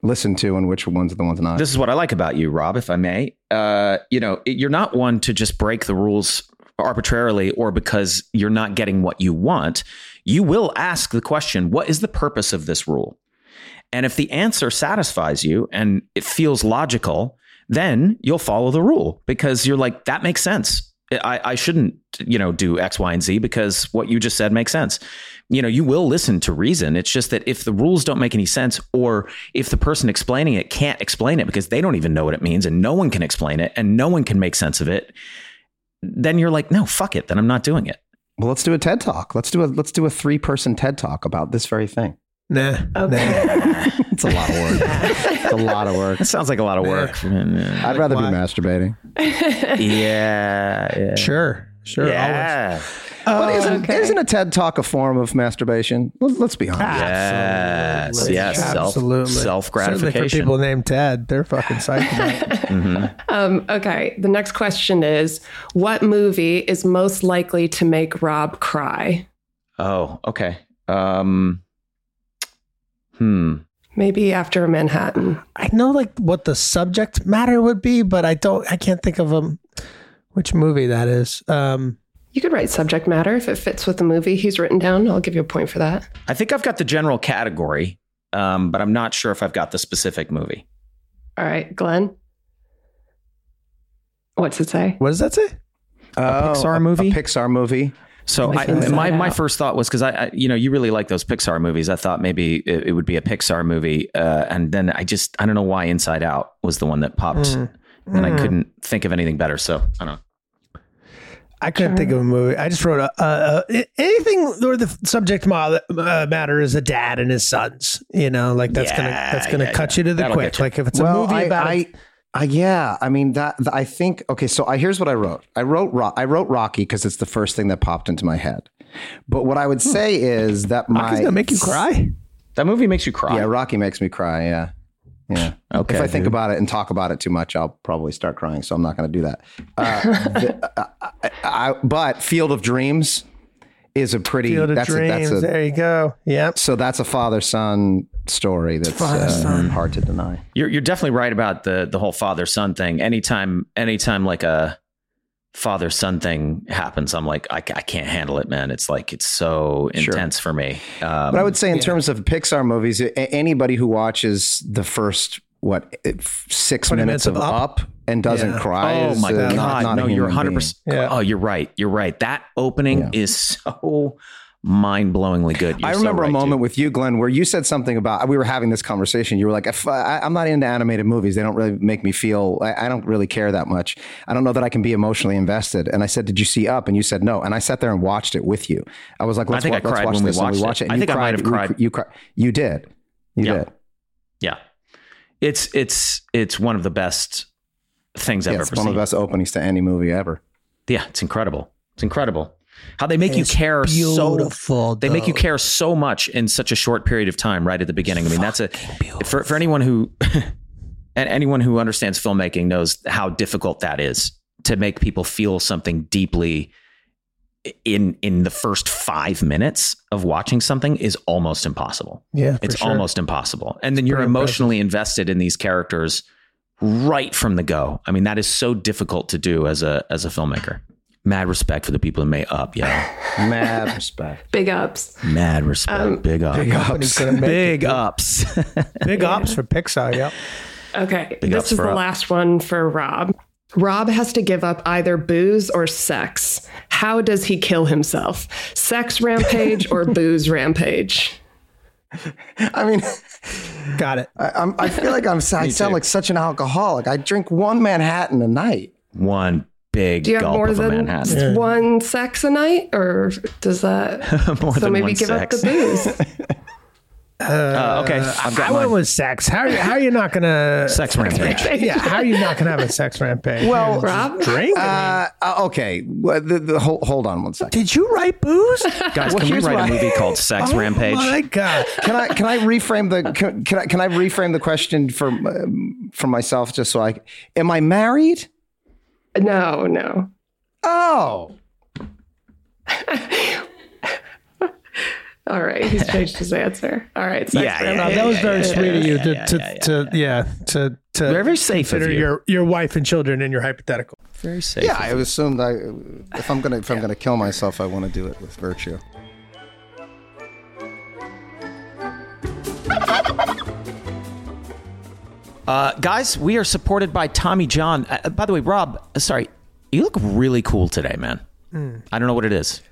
B: listened to and which ones are the ones not
A: This is what I like about you, Rob, if I may. Uh, you know, it- you're not one to just break the rules arbitrarily or because you're not getting what you want. You will ask the question, what is the purpose of this rule? And if the answer satisfies you and it feels logical, then you'll follow the rule because you're like, that makes sense. I, I shouldn't, you know, do X, Y, and Z because what you just said makes sense. You know, you will listen to reason. It's just that if the rules don't make any sense, or if the person explaining it can't explain it because they don't even know what it means and no one can explain it and no one can make sense of it, then you're like, no, fuck it. Then I'm not doing it.
B: well let's do a ted talk let's do a let's do a three person ted talk about this very thing
D: Nah.
C: Okay.
B: <laughs> it's a lot of work it's a lot of work
A: That sounds like a lot of work. uh, yeah.
B: i'd rather
D: why?
B: be masturbating
A: Yeah.
D: Sure. Sure. Always.
A: Yeah.
B: but
D: Oh,
B: isn't,
C: okay.
B: isn't a ted talk a form of masturbation let's, let's be honest
A: Yes,
D: Absolutely.
A: yes, self- self-gratification.
D: Certainly for people named Ted, they're fucking psyched about it.
C: <laughs>
A: Mm-hmm.
C: Um, okay. The next question is What movie is most likely to make Rob cry?
A: Oh, okay. Um, hmm.
C: Maybe after Manhattan.
D: <laughs> I know like what the subject matter would be, but I don't. I can't think of um which movie that is. Um,
C: You could write subject matter if it fits with the movie he's written down. I'll give you a point for that.
A: I think I've got the general category, um, but I'm not sure if I've got the specific movie.
C: All right, Glenn. What's it say?
D: what does that say? Ah,
B: Oh,
A: Pixar
B: a-
A: movie?
B: a pixar movie
A: So I,
C: Because
A: my,
C: that
A: my
C: out.
A: first thought was because I, I you know you really like those Pixar movies. I thought maybe it, it would be a Pixar movie, uh, and then I just I don't know why Inside Out was the one that popped,
B: Mm.
A: and I couldn't think of anything better. So I don't. know.
D: I couldn't think of a movie. I just wrote a, a, a anything where the subject mo- uh, matter is a dad and his sons. You know, like that's gonna
A: Yeah,
D: that's gonna
A: yeah,
D: cut
A: yeah.
D: you to the
A: That'll
D: quick.
A: get you.
D: Like if it's a movie
B: I,
D: about
B: I, I- yeah, I mean that. th- I think okay. So I here's what I wrote. I wrote Ro- I wrote Rocky because it's the first thing that popped into my head. But what I would say is that my
D: Hmm. Rocky's gonna make you cry.
A: That movie makes you cry.
B: yeah, Rocky makes me cry. Yeah, yeah.
A: Okay,
B: If I think
A: dude.
B: about it and talk about it too much, I'll probably start crying. So I'm not going to do that. Uh,
D: <laughs>
B: the- uh, I, I- but Field of Dreams is a pretty.
D: Field of
B: that's
D: Dreams. eh.
B: A, that's a,
D: there you go. Yep.
B: so that's a father son story that's uh, hard to deny.
A: You're you're definitely right about the the whole father son thing. Anytime anytime like a father son thing happens, I'm like I, ca- I can't handle it, man. It's like it's so intense for me. Um,
B: But I would say, in terms of Pixar movies, a- anybody who watches the first what eh, f- six minutes,
D: minutes
B: of
D: of
B: Up, and doesn't
D: Yeah.
B: cry.
A: Oh
B: is,
A: my
B: uh, not-
A: god!
B: not a
A: no, you're
B: human
A: 100.
B: being.
A: percent
D: Yeah.
A: Oh, you're right. You're right. That opening is so mind-blowingly good. You're
B: I
A: so
B: remember
A: right,
B: a
A: dude.
B: moment with you, Glenn, where you said something about we were having this conversation. You were like, if, I, "I'm not into animated movies. They don't really make me feel. I, I don't really care that much. I don't know that I can be emotionally invested." And I said, "Did you see Up?" And you said, "No." And I sat there and watched it with you. I was like, "Let's,
A: think
B: wa-
A: I
B: let's
A: cried
B: watch
A: when we
B: this." and
A: watched
B: watched
A: it.
B: it. And
A: I
B: you
A: think I
B: cried,
A: might have
B: you-
A: cried.
B: You, cried. You did. You
A: Yeah.
B: did.
A: Yeah, it's it's it's one of the best things I've
B: Yeah,
A: ever
B: it's
A: seen.
B: one of the best openings to any movie ever.
A: Yeah, it's incredible. It's incredible how they make you care so.
D: beautiful.
A: They make you care so much in such a short period of time, right at the beginning. I mean, that's a for for anyone who <laughs> and anyone who understands filmmaking knows how difficult that is to make people feel something deeply in in the first five minutes of watching something is almost impossible.
D: Yeah, for
A: It's
D: sure.
A: almost impossible. And then you're
D: pretty
A: emotionally invested in these characters right from the go. I mean, that is so difficult to do as a as a filmmaker. Mad respect for the people in May Up,
D: <laughs>
A: yeah.
B: Mad respect.
C: Big ups.
A: Mad respect.
D: Um,
A: big up. Big,
B: Ups.
A: ups. <laughs>
D: big ops for Pixar. Yep.
C: Okay,
A: Big
C: this
A: ups
C: is
A: for
C: the
A: Rob.
C: last one for Rob. Rob has to give up either booze or sex. How does he kill himself? Sex rampage <laughs> or booze rampage?
B: <laughs> I mean,
D: Got it.
B: I, I'm, I feel <laughs> like I'm. I sound like such an alcoholic. I drink one Manhattan a night.
A: One big
C: Do you have
A: gulp
C: more
A: of a
C: than
A: Manhattan.
C: one sex a night, or does that?
A: <laughs> more <laughs>
C: so
A: than
C: maybe
A: one
C: give
A: sex.
C: up the booze.
A: <laughs> Uh, okay, I've <laughs>
C: <laughs>
A: got
D: I went
A: mine.
D: with sex. How are you, how are you not
A: <laughs>
D: gonna
A: Sex rampage.
D: Yeah, how are you not gonna have a sex rampage?
B: Well,
C: Rob,
D: drink.
B: Uh, uh, okay. Well, the, the, hold, hold on one second.
D: Did you write booze?
A: Guys, can we
B: here's
A: write a
B: why-
A: movie called Sex Rampage?
D: Oh my god.
B: Can I can I reframe the can, can I can I reframe the question for um, for myself just so I am I married?
C: no, no.
B: Oh,
C: All
A: <laughs>
C: right, he's changed his answer. All right, sex
A: Yeah, yeah,
D: Rob,
C: rampage.
D: that was very
A: yeah,
D: sweet
A: yeah,
D: of you
A: yeah,
D: to
A: yeah,
D: to
A: yeah,
D: to yeah to to
A: Very safe of
D: consider
A: you.
D: your your wife and children in your hypothetical.
A: Very safe.
B: yeah. I assumed I if I'm gonna if I'm gonna kill myself, I want to do it with virtue.
A: Uh, guys, we are supported by Tommy John. Uh, by the way, Rob, uh, sorry, you look really cool today, man.
C: Hmm.
A: I don't know what it is.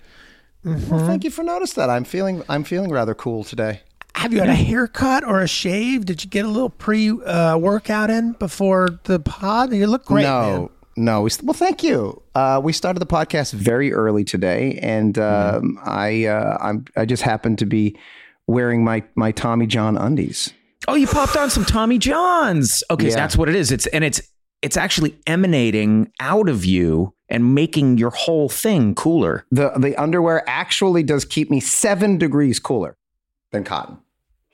B: Well, thank you for noticing that. I'm feeling I'm feeling rather cool today.
D: Have you had a haircut or a shave? Did you get a little pre uh, workout in before the pod? You look great.
B: no,
D: man.
B: no. We, well, thank you. Uh, we started the podcast very early today, and um, I uh, I'm, I just happened to be wearing my my Tommy John undies.
A: Oh, you popped on some Tommy Johns. Okay, so
B: Yeah.
A: that's what it is. It's and it's it's actually emanating out of you and making your whole thing cooler.
B: The the underwear actually does keep me seven degrees cooler than cotton.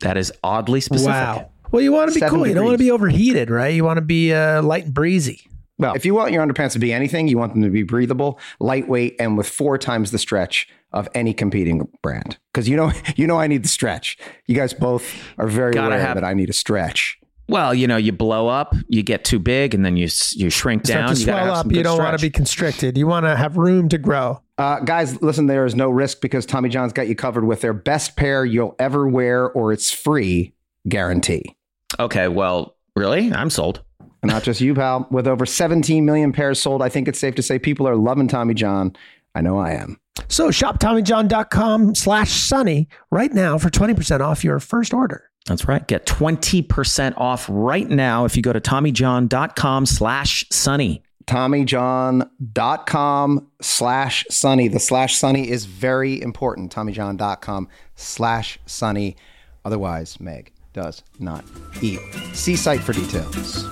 A: That is oddly specific.
D: Wow. Well, you want to be
B: Seven
D: cool. You don't want to
B: degrees.
D: be overheated, right? You want to be uh, light and breezy.
B: Well, if you want your underpants to be anything, you want them to be breathable, lightweight, and with four times the stretch of any competing brand. Because you know <laughs> you know I need the stretch. You guys both are very
A: Gotta
B: aware
A: have-
B: that I need a stretch.
A: Well, you know, you blow up, you get too big, and then you s- you shrink down.
D: Start to
A: you gotta
D: swell
A: have
D: up.
A: some
D: You
A: good
D: don't want
A: stretch.
D: to be constricted. You want to have room to grow.
B: Uh, guys, listen, there is no risk because Tommy John's got you covered with their best pair you'll ever wear or it's free guarantee.
A: Okay, well, really, I'm sold.
B: And not just you, pal. With over 17 million pairs sold, I think it's safe to say people are loving Tommy John. I know I am.
D: So shop TommyJohn.com slash Sunny right now for 20% off your first order.
A: That's right. Get 20% off right now if you go to TommyJohn.com slash Sunny.
B: TommyJohn.com slash Sunny. The slash Sunny is very important. TommyJohn.com slash Sunny. Otherwise, Meg does not eat. See site for details.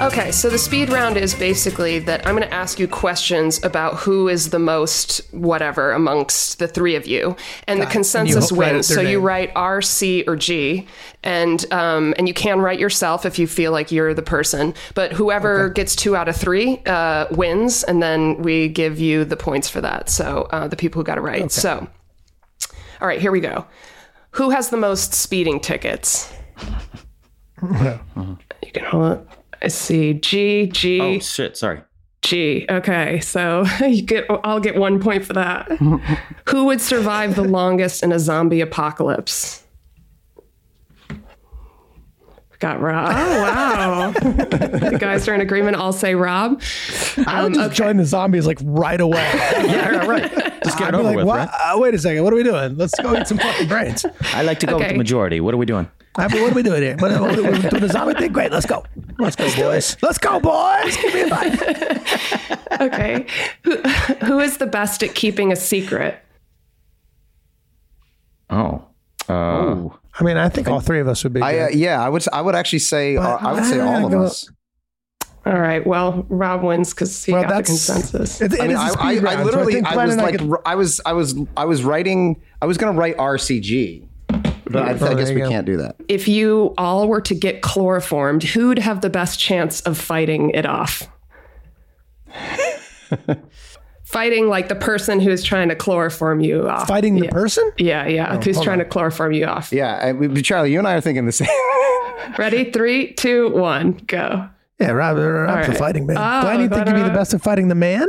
C: Okay, so the speed round is basically that I'm going to ask you questions about who is the most whatever amongst the three of you, and the consensus
D: hope- write
C: wins.
D: their
C: So you
D: name.
C: write R, C, or G, and um, and you can write yourself if you feel like you're the person. But whoever gets two out of three uh, wins, and then we give you the points for that. So uh, the people who got it right. So, all right, here we go. Who has the most speeding tickets? You can hold it. I see G G.
A: Oh, shit. Sorry.
C: Gee, okay. So <laughs> you get I'll get one point for
D: <laughs>
C: that. Who would survive the longest in a zombie apocalypse? Got Rob. Oh wow. <laughs> the guys are in agreement. I'll say Rob.
D: I would just join the zombies like right <laughs> away.
A: Yeah, yeah, right. Just get it
D: I'd be
A: over
D: like,
A: with,
D: "Wha-
A: right?
D: uh, wait a second. What are we doing? Let's go eat some fucking brains. <laughs>
A: I like to go with
C: Okay.
A: the majority. What are we doing?
D: I mean, what are we doing here? What, what, what, doing the zombie thing? Great. Let's go. Let's go, boys. Let's go, boys. Give me a bite.
C: Okay. Who, who is the best at keeping a secret?
A: Oh.
D: I mean, I think all three of us would be.
B: I, uh,
D: good.
B: yeah, I would. I would actually say. uh, I would say all of us.
C: All right. Well, Rob wins because he
D: Well,
C: got the
D: that's-
C: consensus.
D: It, it
B: I, mean,
D: is a
B: I,
D: speed
B: I, I
D: round, so
B: literally,
D: think
B: I
D: Glenn
B: was
D: and
B: like,
D: could-
B: r- I was, I was, I was writing, I was going to write RCG, but I, I
D: Oh, there
B: guess
D: you
B: we
D: go.
B: can't do that.
C: If you all were to get chloroformed, who'd have the best chance of fighting it off?
A: <laughs>
C: fighting like the person who's trying to chloroform you off.
D: fighting the person.
C: yeah, yeah.
A: Oh,
C: who's trying to chloroform you off?
B: Yeah, I, we- Charlie, you and I are thinking the <laughs> same.
C: Ready? Three, two, one, go. <laughs>
D: Yeah, Rob, Rob's a
C: right.
D: fighting man. Glenn, you think you'd be the best at fighting the <laughs> man?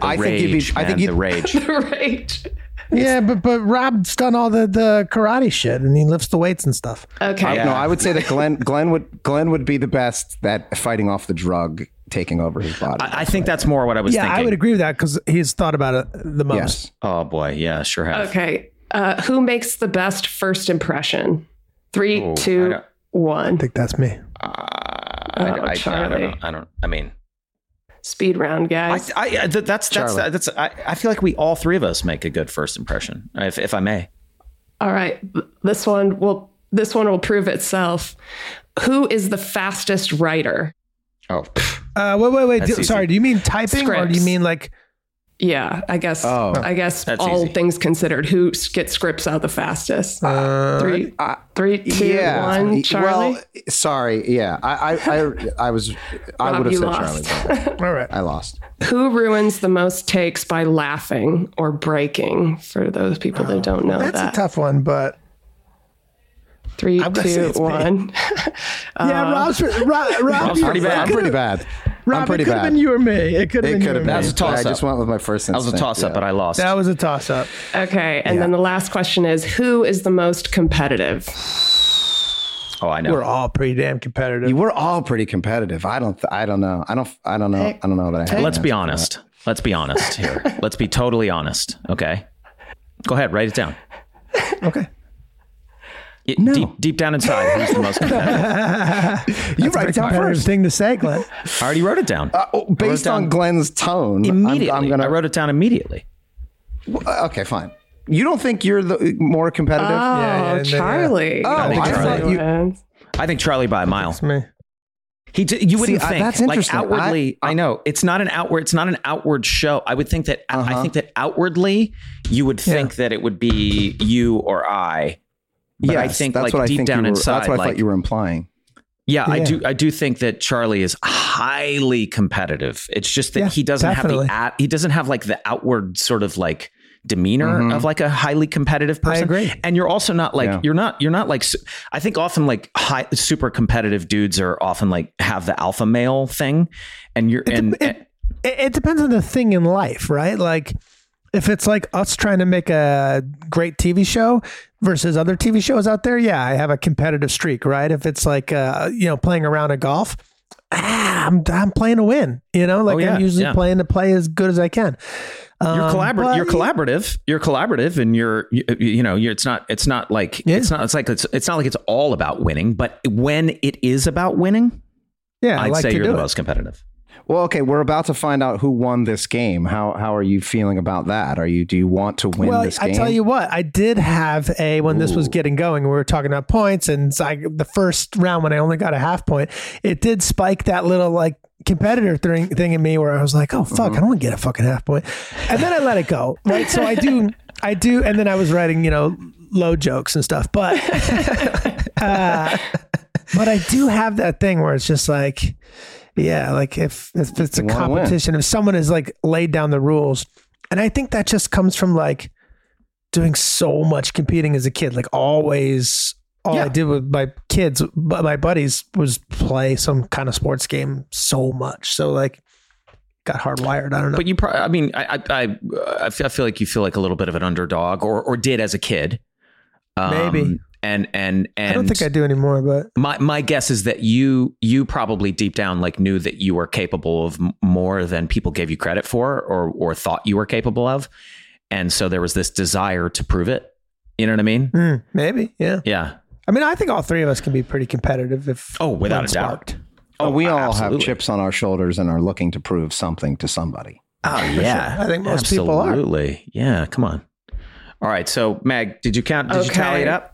B: I think you'd be,
A: Rage,
B: I
A: man,
B: think you'd,
A: the <laughs> rage.
C: Rage.
D: Yeah, but but Rob's done all the the karate shit and he lifts the weights and stuff.
C: Okay.
B: no, I would say that Glenn, Glenn would, Glenn would be the best at fighting off the drug taking over his body.
A: I think that's more what I was
D: Yeah,
A: thinking.
D: I would agree with that because he's thought about it the most.
B: yes.
A: Oh boy, yeah, sure have.
C: Okay. Uh, who makes the best first impression? Three,
A: Ooh, Oh, I
C: two,
A: don't-
C: one.
D: I think that's me.
A: Uh,
C: Oh,
A: I, I- I don't
C: Charlie.
A: know. I don't. I mean,
C: Speed
A: I,
C: round, guys.
A: I, I- th- that's that's
B: Charlie.
A: that's. I, I feel like we all three of us make a good first impression, if if I may.
C: All right. This one will this one will prove itself. Who is the fastest writer?
A: Oh,
D: Uh, wait, wait, wait.
A: That's
D: Do,
A: easy.
D: sorry, do you mean typing or do
C: Scripts.
D: you mean like?
C: Yeah, I guess
B: Oh.
C: I guess
A: That's
C: all
A: easy.
C: things considered, who s- gets scripts out the
D: Uh,
C: fastest? Three, three, two, one. Charlie.
B: Well, sorry. Yeah. I, I, I, I was, I
C: Rob,
B: would have
C: you
B: said
C: lost.
B: Charlie. but
D: All right.
B: I
D: <laughs>
B: lost.
C: who ruins the most takes by laughing or breaking? For those people that don't know
D: That's
C: that.
D: a tough one, but
C: Three,
D: gonna say
C: two,
D: it's me.
C: one.
D: yeah, Rob's, Rob, <laughs> Rob,
A: Rob's
D: you-
A: pretty bad.
D: it
B: I'm
D: could've-
B: pretty bad.
D: Rob,
B: I'm pretty
D: it could
B: bad.
D: have been you or me. It could have
B: It
D: been you
B: could
D: or
B: have
D: me.
B: been.
A: was a toss-up.
B: I just went with my first
A: that was a
B: instinct,
A: toss up,
B: yeah.
A: but I lost.
D: That was a toss up.
C: Okay, and then the last question is who is the most competitive?
A: oh, I know.
D: We're all pretty damn competitive.
B: We're all pretty competitive. I don't. I don't know. I don't. I don't know. I don't know that I. Have
A: Let's
B: an
A: be
B: answer.
A: honest. Let's be honest here. Let's be totally honest. Okay. Go ahead, write it down.
D: Okay.
A: Y- Deep, deep down inside, who's the
D: <laughs>
A: most competitive?
D: You write
B: it down first.
D: thing to say, Glenn.
A: I already wrote it down.
D: Uh,
B: Oh, based on
A: down-
B: Glenn's tone, I'm-
A: immediately.
B: I'm, gonna.
A: I wrote it down immediately.
B: okay, fine. You don't think you're the more competitive?
D: Uh,
C: Oh,
D: yeah, yeah.
C: Charlie.
B: I think
A: Charlie.
C: Charlie
B: You-
C: wins.
A: I think Charlie by a mile.
D: It's me.
A: He d- you wouldn't
B: See, I-
A: think
B: that's interesting. I-
A: like outwardly. I, know it's not an outward. It's not an outward show. I would think that
B: Uh-huh.
A: I think that outwardly you would think that it would be you or I. But I
B: Yes,
A: think
B: that's
A: like
B: what I
A: deep
B: think you
A: down
B: were-
A: inside,
B: That's what I
A: like
B: thought you were implying.
A: yeah, I
D: Yeah.
A: do. I do think that Charlie is highly competitive. It's just that
D: Yeah,
A: he doesn't
D: definitely.
A: have the at, he doesn't have like the outward sort of like demeanor of like a highly competitive person.
D: agree.
A: And you're also not like
B: Yeah.
A: you're not you're not like su- I think often like high super competitive dudes are often like have the alpha male thing, and you're and. and-
D: It, it depends on the thing in life, right? Like, if it's like us trying to make a great TV show versus other TV shows out there, yeah, I have a competitive streak, right? If it's like, uh, you know, playing a round of golf, ah, I'm, I'm playing to win, you know, like
A: Oh, yeah,
D: I'm usually
A: yeah.
D: playing to play as good as I can.
A: you're
D: Um,
A: collaborative.
D: but-
A: you're collaborative. You're collaborative, and you're you, you know you're, it's not it's not like
D: Yeah.
A: it's not it's like it's it's not like it's all about winning. But when it is about winning,
D: Yeah, I
A: I'd
D: like
A: say
D: to
A: you're
D: do
A: the
D: it.
A: most competitive.
B: Well, okay, we're about to find out who won this game. How how are you feeling about that? Are you do you want to win
D: Well,
B: this game?
D: I tell you what, I did have a when this was getting going. We were talking about points, and so I, the first round when I only got a half point, it did spike that little like competitor thing, thing in me where I was like, "Oh
B: Mm-hmm.
D: fuck, I don't want to get a fucking half point," and then I let it go. Right, so I do, I do, and then I was writing, you know, low jokes and stuff, but. <laughs> uh, but I do have that thing where it's just like, yeah, like if, if it's a
B: You wanna win.
D: competition, if someone is like laid down the rules, and I think that just comes from like doing so much competing as a kid. Like always, all I
A: Yeah.
D: did with my kids, bu- my buddies, was play some kind of sports game so much. So like, got hardwired. I don't know.
A: But you probably, I mean, I, I, I, I feel I feel like you feel like a little bit of an underdog, or or did as a kid, um,
D: Maybe.
A: And and and
D: I don't think I do anymore. But
A: my my guess is that you you probably deep down like knew that you were capable of m- more than people gave you credit for, or or thought you were capable of, and so there was this desire to prove it. You know what I mean?
D: hmm, maybe, yeah.
A: Yeah.
D: I mean, I think all three of us can be pretty competitive if
A: Oh, without
D: when
A: a doubt.
D: sparked.
B: Oh, we all
A: absolutely.
B: have chips on our shoulders and are looking to prove something to somebody.
D: <laughs>
A: Oh yeah.
D: I think most people are.
A: Absolutely. Yeah. Come on. All right. So Mag, did you count? Did you tally
C: Okay.
A: it up?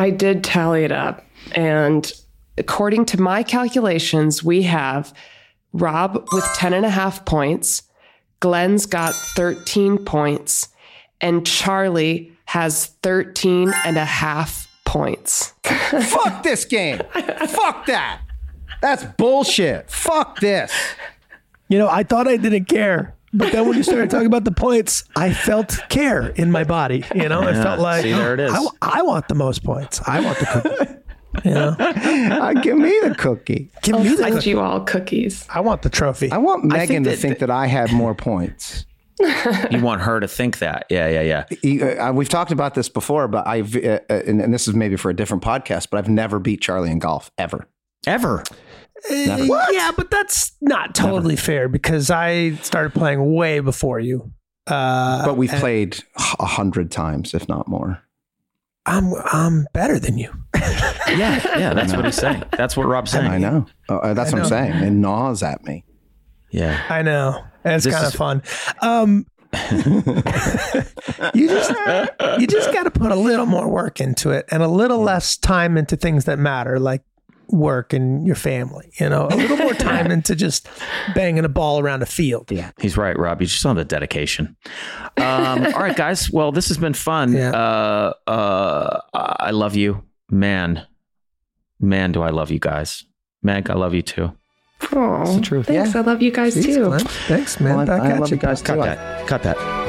C: I did tally it up. And according to my calculations, we have Rob with 10 and a half points, Glenn's got 13 points, and Charlie has 13 and a half points.
B: Fuck this game. Fuck that. That's bullshit.
A: <laughs>
B: Fuck this.
D: You know, I thought I didn't care, but then when you started talking about the points, I felt care in my body. You know, I felt like
A: Uh, see, there it is.
D: I, wa- I want the most points. I want the cookie. you know,
B: Uh, give me the cookie.
A: <laughs>
D: give
C: I'll
D: me the
C: send
D: cookie.
C: you all cookies.
D: I want the trophy.
B: I want Megan to
A: that-
B: think that I have more <laughs> points.
A: You want her to think that. Yeah, yeah, yeah.
B: E- uh, We've talked about this before, but I've, uh, uh, and, and this is maybe for a different podcast, but I've never beat Charlie in golf ever.
A: Ever.
D: Uh, Yeah, but that's not totally fair because I started playing way before you. Uh,
B: But we've played h- a hundred times, if not more.
D: I'm I'm better than you.
A: Yeah, yeah. That's what he's saying. That's what Rob's saying.
B: I know. Uh, Uh, that's what I'm saying. It gnaws at me.
A: Yeah.
D: I know. And it's
A: This
D: kind of
A: is-
D: fun.
B: <laughs>
D: Um, you just you just got to put a little more work into it and a little less time into things that matter, like work and your family. You know, a little more
B: <laughs>
D: time into just banging a ball around a field. Yeah.
A: He's right, Rob. You just don't have the dedication. Um, all right, guys. Well, this has been fun.
D: Yeah.
A: Uh, uh, I love you. Man. Man, do I love you guys. Meg, I love you too.
C: Oh,
E: truth.
C: thanks. I love you guys too.
D: Thanks, man.
B: Well, I,
D: Back
B: I
D: at
B: love
D: you.
B: you guys too.
A: Cut
B: I-
A: that. Cut that.